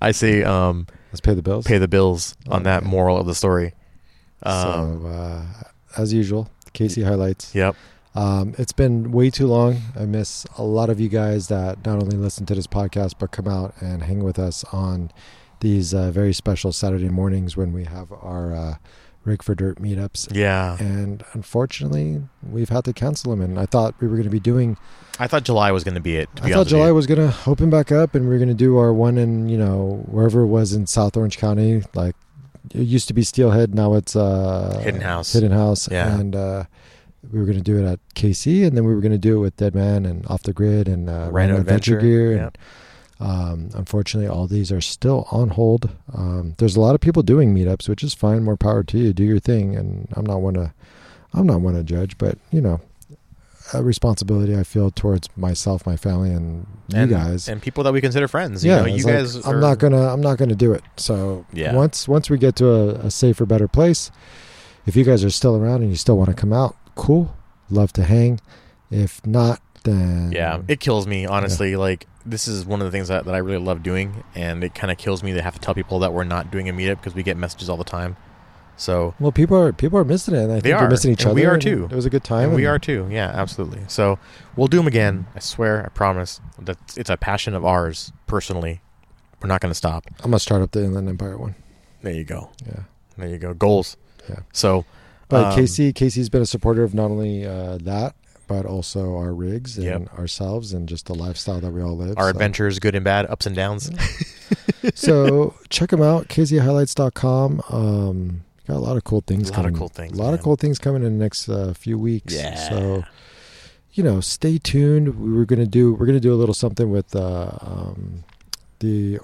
Speaker 2: i say um,
Speaker 1: Let's pay the bills.
Speaker 2: pay the bills on that
Speaker 1: Okay.
Speaker 2: moral of the story um,
Speaker 1: so uh, as usual, Casey highlights.
Speaker 2: yep
Speaker 1: Um, it's been way too long. I miss a lot of you guys that not only listen to this podcast but come out and hang with us on these uh, very special Saturday mornings when we have our uh, Rig for Dirt meetups.
Speaker 2: yeah
Speaker 1: And unfortunately, we've had to cancel them. And I thought we were going to be doing.
Speaker 2: i thought july was going to be it to
Speaker 1: I
Speaker 2: be
Speaker 1: thought
Speaker 2: honest
Speaker 1: July
Speaker 2: with
Speaker 1: was going to open back up, and we were going to do our one in you know wherever it was in South Orange County. Like it used to be Steelhead, now it's uh,
Speaker 2: Hidden House.
Speaker 1: Hidden House.
Speaker 2: Yeah.
Speaker 1: And uh, we were going to do it at KC, and then we were going to do it with Dead Man and Off the Grid and uh,
Speaker 2: Rhino
Speaker 1: Rhino Adventure,
Speaker 2: Adventure,
Speaker 1: Gear.
Speaker 2: yeah.
Speaker 1: And, um, unfortunately, all these are still on hold. Um, there's a lot of people doing meetups, which is fine. More power to you. Do your thing, and I'm not one to, I'm not one to judge, but you know, a responsibility I feel towards myself, my family, and you
Speaker 2: and,
Speaker 1: guys.
Speaker 2: and people that we consider friends you know
Speaker 1: it's
Speaker 2: you
Speaker 1: like,
Speaker 2: guys
Speaker 1: I'm
Speaker 2: are-
Speaker 1: not gonna. I'm not gonna do it. So
Speaker 2: Yeah.
Speaker 1: once once we get to a, a safer, better place, if you guys are still around and you still want to come out, cool. Love to hang. If not, then
Speaker 2: Yeah, it kills me honestly. Like this is one of the things that, that I really love doing, and it kind of kills me to have to tell people that we're not doing a meetup because we get messages all the time. So
Speaker 1: well, people are people are missing it. And I think
Speaker 2: are,
Speaker 1: they're missing each
Speaker 2: and
Speaker 1: other.
Speaker 2: we are
Speaker 1: and
Speaker 2: too.
Speaker 1: It was a good time.
Speaker 2: and we
Speaker 1: and-
Speaker 2: are too. Yeah, absolutely. So we'll do them again. I swear, I promise. That it's a passion of ours personally. We're not going to stop.
Speaker 1: I'm gonna start up the Inland Empire one.
Speaker 2: There you go.
Speaker 1: Yeah.
Speaker 2: There you go. Goals.
Speaker 1: Yeah.
Speaker 2: So
Speaker 1: But
Speaker 2: Um,
Speaker 1: Casey, Casey's been a supporter of not only uh, that, but also our rigs and
Speaker 2: Yep.
Speaker 1: ourselves and just the lifestyle that we all live.
Speaker 2: our
Speaker 1: so.
Speaker 2: adventures, good and bad, ups and downs.
Speaker 1: so check them out, caseyhighlights.com. Um, got a lot of cool things.
Speaker 2: Lot of
Speaker 1: coming.
Speaker 2: cool things,
Speaker 1: A lot of
Speaker 2: man.
Speaker 1: cool things coming in the next uh, few weeks.
Speaker 2: Yeah.
Speaker 1: So you know, stay tuned. We were gonna do we're gonna do a little something with uh, um, the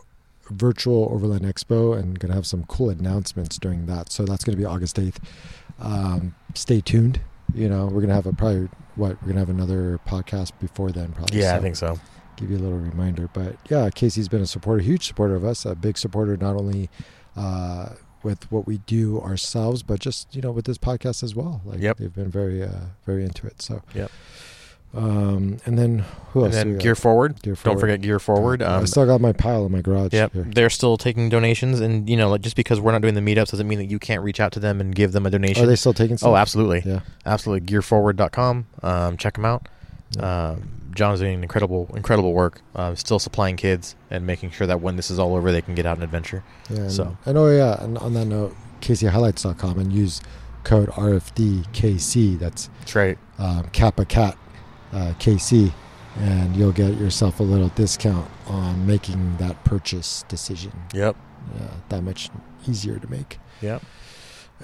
Speaker 1: virtual Overland Expo and gonna have some cool announcements during that. So that's gonna be August eighth. Um, stay tuned. You know, we're gonna have a probably what we're gonna have another podcast before then probably.
Speaker 2: yeah, I
Speaker 1: So
Speaker 2: think so.
Speaker 1: give you a little reminder. But yeah, Casey's been a supporter, huge supporter of us, a big supporter not only uh, with what we do ourselves, but just you know with this podcast as well. Like
Speaker 2: Yep.
Speaker 1: they've been very uh, very into it. So
Speaker 2: Yep.
Speaker 1: Um, and then who
Speaker 2: And
Speaker 1: else? do
Speaker 2: then
Speaker 1: we got?
Speaker 2: gear forward.
Speaker 1: Gear
Speaker 2: Don't forget gear forward.
Speaker 1: I
Speaker 2: Um,
Speaker 1: still got my pile in my garage.
Speaker 2: Yep,
Speaker 1: here.
Speaker 2: they're still taking donations, and you know, like, just because we're not doing the meetups doesn't mean that you can't reach out to them and give them a donation.
Speaker 1: Are they still taking? Some?
Speaker 2: oh, absolutely,
Speaker 1: Yeah.
Speaker 2: absolutely. Gearforward.com. Um, check them out.
Speaker 1: Yeah.
Speaker 2: Um, John's doing incredible, incredible work. Um, still supplying kids and making sure that when this is all over, they can get out and adventure.
Speaker 1: Yeah, and,
Speaker 2: So.
Speaker 1: and oh yeah, and on that note, CaseyHighlights.com and use code RFDKC. That's
Speaker 2: That's right.
Speaker 1: um, Kappa Cat uh, KC, and you'll get yourself a little discount on making that purchase decision.
Speaker 2: Yep.
Speaker 1: Yeah, that much easier to make.
Speaker 2: Yep.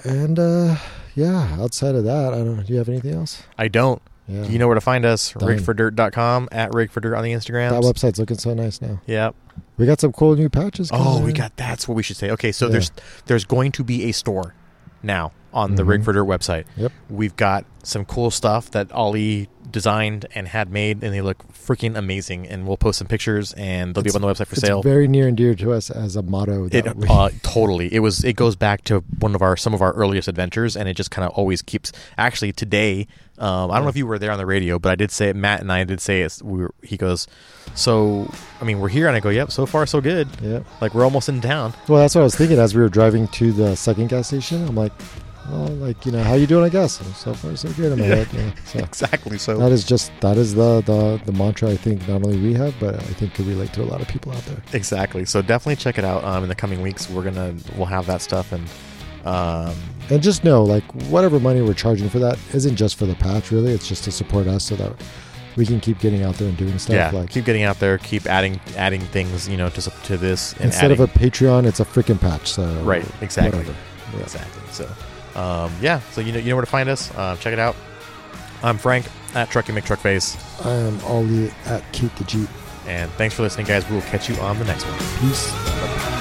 Speaker 1: And uh, yeah, outside of that, I don't. Do you have anything else?
Speaker 2: I don't.
Speaker 1: Yeah,
Speaker 2: You know where to find us.
Speaker 1: Done.
Speaker 2: Rigfordirt.com at rigfordirt on the Instagram.
Speaker 1: that website's looking so nice now.
Speaker 2: Yep.
Speaker 1: We got some cool new patches. coming
Speaker 2: Oh, we
Speaker 1: in.
Speaker 2: got that's what we should say. Okay, so
Speaker 1: Yeah.
Speaker 2: there's there's going to be a store now on the
Speaker 1: Mhm.
Speaker 2: Rig for Dirt website.
Speaker 1: Yep.
Speaker 2: We've got some cool stuff that Ollie designed and had made, and they look freaking amazing. And we'll post some pictures, and they'll
Speaker 1: It's-
Speaker 2: be up on the website for
Speaker 1: It's
Speaker 2: sale.
Speaker 1: very near and dear to us as a motto. That
Speaker 2: It
Speaker 1: we,
Speaker 2: uh, totally. It was. It goes back to one of our some of our earliest adventures, and it just kind of always keeps. Actually, today, um, I don't know if you were there on the radio, but I did say it. Matt and I did say it. We were, he goes, so I mean, we're here, and I go, yep. So far, so good.
Speaker 1: [LAUGHS] yeah.
Speaker 2: Like we're almost in town.
Speaker 1: Well, that's what I was thinking as we were driving to the second gas station. I'm like, well, like you know, how you doing? I guess so far so good. in my
Speaker 2: Yeah.
Speaker 1: head, you know, so.
Speaker 2: [LAUGHS] Exactly. So
Speaker 1: That is just that is the, the the mantra I think not only we have, but I think could relate to a lot of people out there.
Speaker 2: Exactly. So definitely check it out. Um, in the coming weeks, we're gonna we'll have that stuff, and Um,
Speaker 1: And just know, like, whatever money we're charging for that isn't just for the patch, really. It's just to support us so that we can keep getting out there and doing stuff.
Speaker 2: yeah,
Speaker 1: like,
Speaker 2: keep getting out there, keep adding adding things, you know, to sup- to this and
Speaker 1: instead
Speaker 2: adding,
Speaker 1: of a Patreon, it's a freaking patch. So
Speaker 2: right, exactly,
Speaker 1: whatever. Yeah.
Speaker 2: exactly. So, um, yeah, so you know you know where to find us. Uh, check it out. I'm Frank at Trucky McTruckface,
Speaker 1: I am Ollie at Keep the Jeep.
Speaker 2: and thanks for listening, guys. We will catch you on the next one.
Speaker 1: Peace.
Speaker 2: Bye-bye.